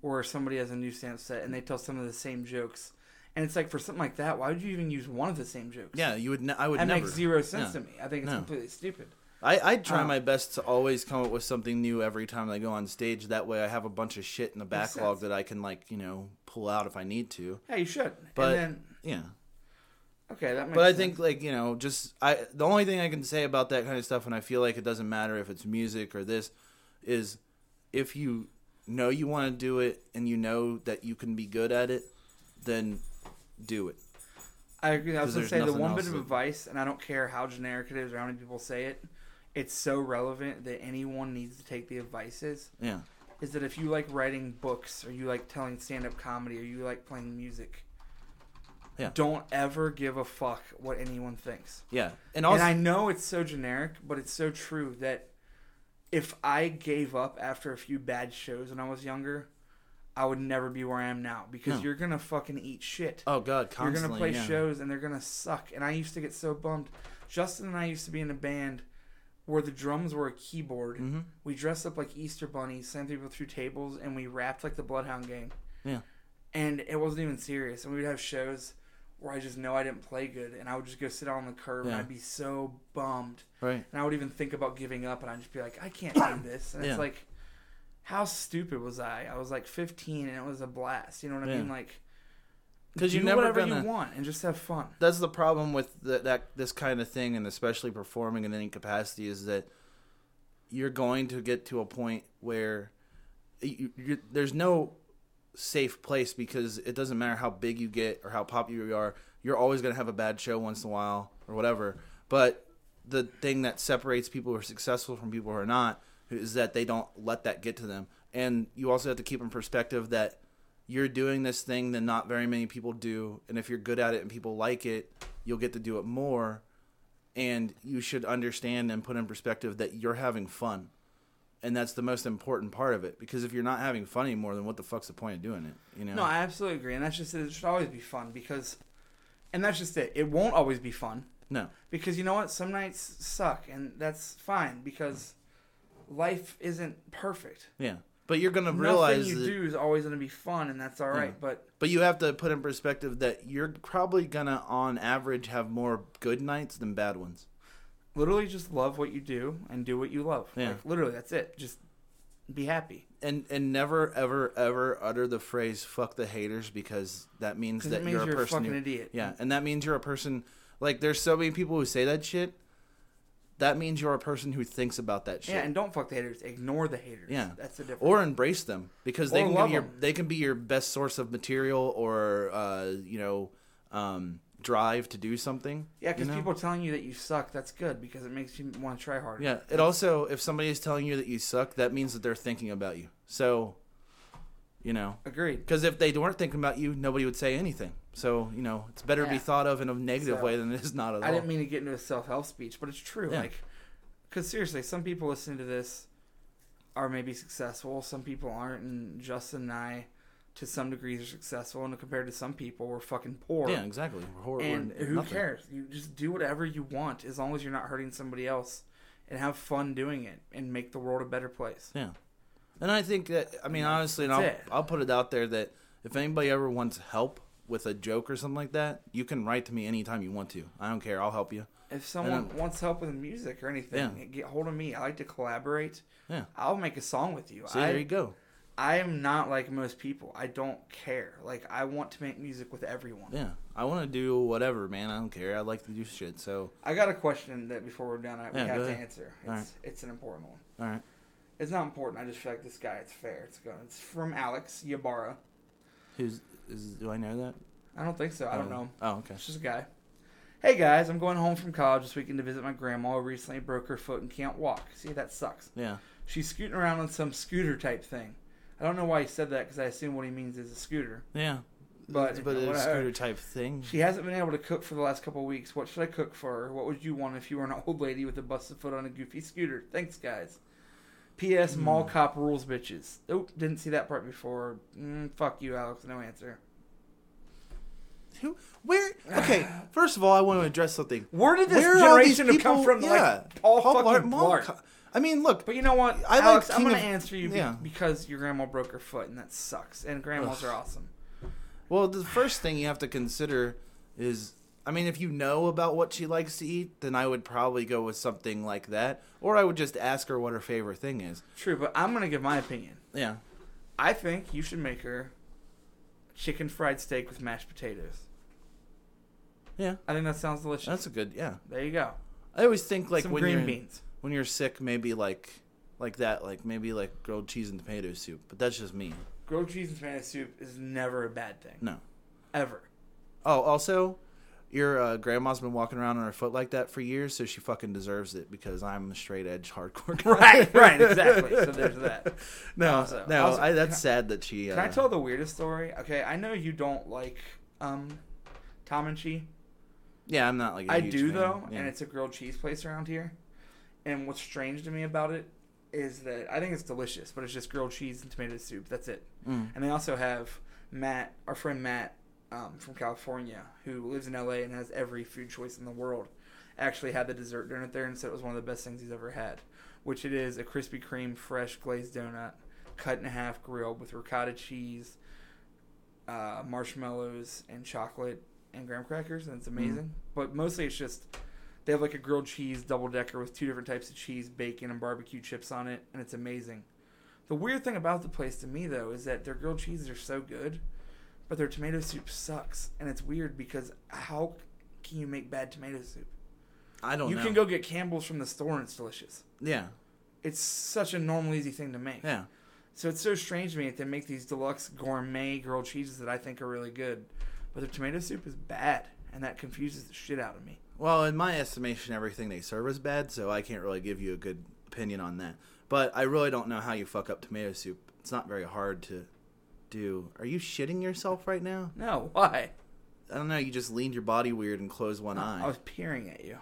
where somebody has a new stand set and they tell some of the same jokes. And it's like for something like that, why would you even use one of the same jokes? yeah, you would. Ne- I would that never. makes zero sense Yeah. to me. I think it's No. completely stupid. I, I try Um, my best to always come up with something new every time I go on stage. That way, I have a bunch of shit in the Makes backlog sense. that I can like you know pull out if I need to. Yeah, you should. But- and then Yeah. okay, that makes. But I sense. think like you know, just I the only thing I can say about that kind of stuff, and I feel like it doesn't matter if it's music or this, is if you know you want to do it and you know that you can be good at it, then do it. I agree. I 'Cause was gonna there's say the nothing one bit else of that- advice, and I don't care how generic it is or how many people say it, it's so relevant that anyone needs to take the advice is Yeah, is that if you like writing books or you like telling stand up comedy or you like playing music, Yeah. don't ever give a fuck what anyone thinks. yeah, and also and I know it's so generic, but it's so true that if I gave up after a few bad shows when I was younger, I would never be where I am now because No. you're gonna fucking eat shit. oh god, You're constantly gonna play yeah. shows and they're gonna suck. And I used to get so bummed. Justin and I used to be in a band where the drums were a keyboard. Mhm. We dressed up like Easter bunnies, slammed people through tables, and we rapped like the Bloodhound Gang. Yeah. And it wasn't even serious. And we would have shows where I just know I didn't play good, and I would just go sit on the curb, and Yeah. I'd be so bummed. right? And I would even think about giving up, and I'd just be like, I can't do this. And Yeah. it's like, how stupid was I? I was like 15, and it was a blast. You know what I Yeah. mean? Like, Because do you're never whatever gonna. you want and just have fun. that's the problem with the, that this kind of thing, and especially performing in any capacity, is that you're going to get to a point where you, you, there's no safe place because it doesn't matter how big you get or how popular you are, you're always going to have a bad show once in a while or whatever. But the thing that separates people who are successful from people who are not is that they don't let that get to them. And you also have to keep in perspective that you're doing this thing that not very many people do. And if you're good at it and people like it, you'll get to do it more. And you should understand and put in perspective that you're having fun. And that's the most important part of it. Because if you're not having fun anymore, then what the fuck's the point of doing it? You know? No, I absolutely agree, and that's just it. It should always be fun because, and that's just it. It won't always be fun no. because you know what? Some nights suck, and that's fine because life isn't perfect. Yeah. But you're going to Nothing realize you that, do is always going to be fun, and that's all right. Yeah. But But you have to put in perspective that you're probably going to, on average, have more good nights than bad ones. literally, just love what you do and do what you love. Yeah. Like, literally, that's it. Just be happy and and never ever ever utter the phrase "fuck the haters" because that means because that it means you're a you're, a person. fucking who- idiot. yeah, and that means you're a person. Like, there's so many people who say that shit. That means you're a person who thinks about that shit. Yeah, and don't fuck the haters. Ignore the haters. Yeah. that's the difference. or embrace them because they Or can give love your, 'em. they can be your best source of material or uh, you know um, drive to do something. yeah, you because know? people telling you that you suck, that's good because it makes you want to try harder. Yeah. It also, if somebody is telling you that you suck, that means that they're thinking about you. So, you know, agreed. Because if they weren't thinking about you, nobody would say anything. So you know, it's better to be Yeah. thought of in a negative So, way than it is not at all. I didn't mean to get into a self help speech, but it's true. Yeah. Like 'cause Like, because seriously, some people listening to this are maybe successful, some people aren't, and Justin and I, to some degrees, are successful, and compared to some people, we're fucking poor. yeah, exactly. We're hor- we're and who nothing. cares? You just do whatever you want as long as you're not hurting somebody else, and have fun doing it, and make the world a better place. Yeah. And I think that I mean honestly, and I'll That's it. I'll put it out there that if anybody ever wants help with a joke or something like that, you can write to me anytime you want to. I don't care. I'll help you. If someone I'm- wants help with music or anything, Yeah. get hold of me. I like to collaborate. Yeah. I'll make a song with you. So I, there you go. I am not like most people. I don't care. Like I want to make music with everyone. Yeah. I want to do whatever, man. I don't care. I like to do shit. So I got a question that before we're done, I, we Yeah, have go to ahead. answer. It's All it's an important one. all right. It's not important. I just feel like this guy. It's fair. It's good. It's from Alex Yabara. Who's is do I know that? I don't think so. I don't know. him. Oh, okay. It's just a guy. Hey guys, I'm going home from college this weekend to visit my grandma. who Recently broke her foot and can't walk. See, that sucks. Yeah. She's scooting around on some scooter type thing. I don't know why he said that because I assume what he means is a scooter. Yeah. But, But it's a whatever. scooter type thing. She hasn't been able to cook for the last couple of weeks. What should I cook for her? What would you want if you were an old lady with a busted foot on a goofy scooter? Thanks, guys. P.S. Mall cop rules, bitches. Oh, didn't see that part before. Mm, fuck you, Alex. No answer. Who? Where? Okay. First of all, I want to address something. Where did this Where are all these generation people? have come from? to yeah. Like Paul, Blart- fucking Mall Blart. Co- I mean, look. But you know what, I like Alex? I'm King gonna of- answer you be- yeah. because your grandma broke her foot, and that sucks. And grandmas Ugh. are awesome. Well, the first thing you have to consider is, I mean, if you know about what she likes to eat, then I would probably go with something like that, or I would just ask her what her favorite thing is. True, but I'm gonna give my opinion. Yeah. I think you should make her chicken fried steak with mashed potatoes. Yeah. I think that sounds delicious. That's a good. Yeah. There you go. I always think like Some when green you're beans. when you're sick, maybe like like that, like maybe like grilled cheese and tomato soup. But that's just me. Grilled cheese and tomato soup is never a bad thing. No. Ever. Oh, also, your uh, grandma's been walking around on her foot like that for years, so she fucking deserves it because I'm a straight edge hardcore. guy. Right, right, exactly. So there's that. No, Also- no, also, I, can I- that's sad that she. Uh, Can I tell the weirdest story? Okay, I know you don't like um, Tom and Chi. Yeah, I'm not like. a I huge do fan. though, Yeah. and it's a grilled cheese place around here. And what's strange to me about it is that I think it's delicious, but it's just grilled cheese and tomato soup. That's it. Mm. And they also have Matt, our friend Matt um, from California, who lives in LA and has every food choice in the world, actually had the dessert donut there and said it was one of the best things he's ever had, which it is a Krispy Kreme fresh glazed donut, cut in half, grilled with ricotta cheese, uh, marshmallows, and chocolate and graham crackers, and it's Mm. amazing. But mostly it's just. They have like a grilled cheese double decker with two different types of cheese, bacon, and barbecue chips on it, and it's amazing. The weird thing about the place to me though is that their grilled cheeses are so good, but their tomato soup sucks, and it's weird because how can you make bad tomato soup? I don't. You know. can go get Campbell's from the store and it's delicious. Yeah, It's such a normal, easy thing to make. yeah. So it's so strange to me that they make these deluxe gourmet grilled cheeses that I think are really good, but their tomato soup is bad, and that confuses the shit out of me. Well, in my estimation, everything they serve is bad, so I can't really give you a good opinion on that. But I really don't know how you fuck up tomato soup. It's not very hard to do. Are you shitting yourself right now? No, why? I don't know. You just leaned your body weird and closed one eye. I was peering at you.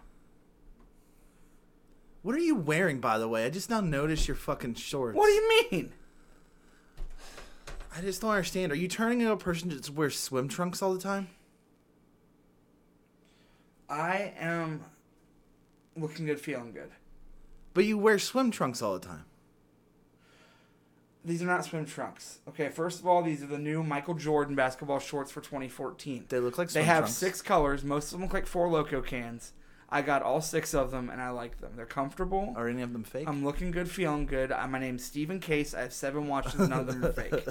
What are you wearing, by the way? I just now noticed your fucking shorts. What do you mean? I just don't understand. Are you turning into a person that just wears swim trunks all the time? I am looking good, feeling good. But you wear swim trunks all the time. These are not swim trunks. Okay, first of all, these are the new Michael Jordan basketball shorts for 2014. They look like swim They have trunks. six colors. Most of them look like four loco cans. I got all six of them and I like them. They're comfortable. Are any of them fake? I'm looking good, feeling good. I, my name's Stephen Case. I have seven watches. None of them are fake.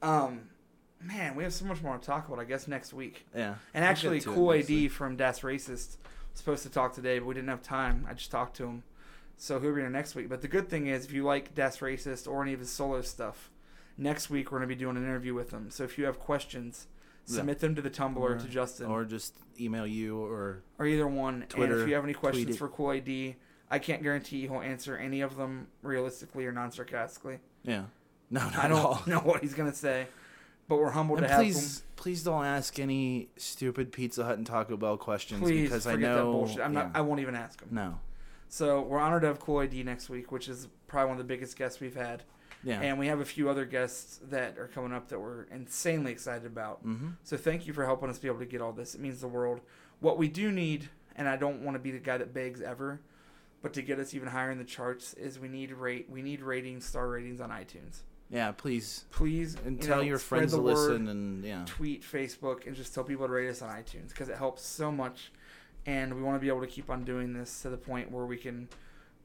Um, man, we have so much more to talk about. I guess next week. yeah. And We'll actually, get to it Cool next AD week. from Das Racist was supposed to talk today, but we didn't have time. I just talked to him. So he'll be here next week. But the good thing is, if you like Das Racist or any of his solo stuff, next week we're going to be doing an interview with him. So if you have questions, Yeah. submit them to the Tumblr Or- to Justin or, Or just email you or. either one. and Twitter, if you have any questions tweet it. for Cool AD, I can't guarantee he'll answer any of them realistically or non sarcastically. Yeah. No, not I at all. don't know what he's going to say, but we're humbled And to have him. please, please don't ask any stupid Pizza Hut and Taco Bell questions Please because I forget know. that bullshit. I'm not. yeah. I won't even ask him. no. So we're honored to have Cool ID next week, which is probably one of the biggest guests we've had, Yeah. and we have a few other guests that are coming up that we're insanely excited about. mm-hmm. So thank you for helping us be able to get all this. It means the world. What we do need, and I don't want to be the guy that begs ever, but to get us even higher in the charts is we need rate we need ratings, star ratings on iTunes. Yeah. Please. Please And you tell know, your spread friends the to word listen and yeah. tweet, Facebook, and just tell people to rate us on iTunes because it helps so much. And we want to be able to keep on doing this to the point where we can.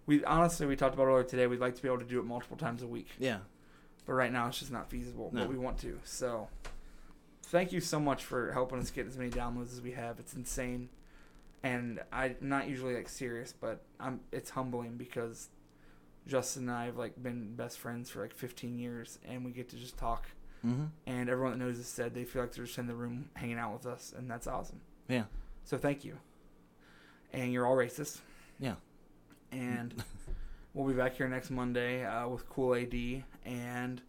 We honestly, we talked about it earlier today. We'd like to be able to do it multiple times a week, Yeah. but right now it's just not feasible. No. But we want to. So, thank you so much for helping us get as many downloads as we have. It's insane, and I'm not usually like serious, but I'm. It's humbling because Justin and I have like been best friends for like 15 years, and we get to just talk Mm-hmm. and everyone that knows us said they feel like they're just in the room hanging out with us, and that's awesome. Yeah. So thank you. And you're all racist. Yeah. And we'll be back here next Monday uh, with Cool AD and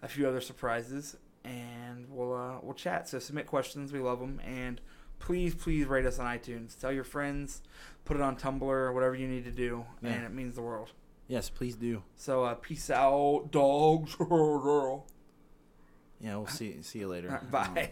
a few other surprises, and we'll uh, we'll chat. So submit questions, we love them, and please please rate us on iTunes. Tell your friends, put it on Tumblr, whatever you need to do, Yeah. and it means the world. Yes. Please do. So uh, peace out, dogs. All Yeah. We'll see. See you later. right, bye.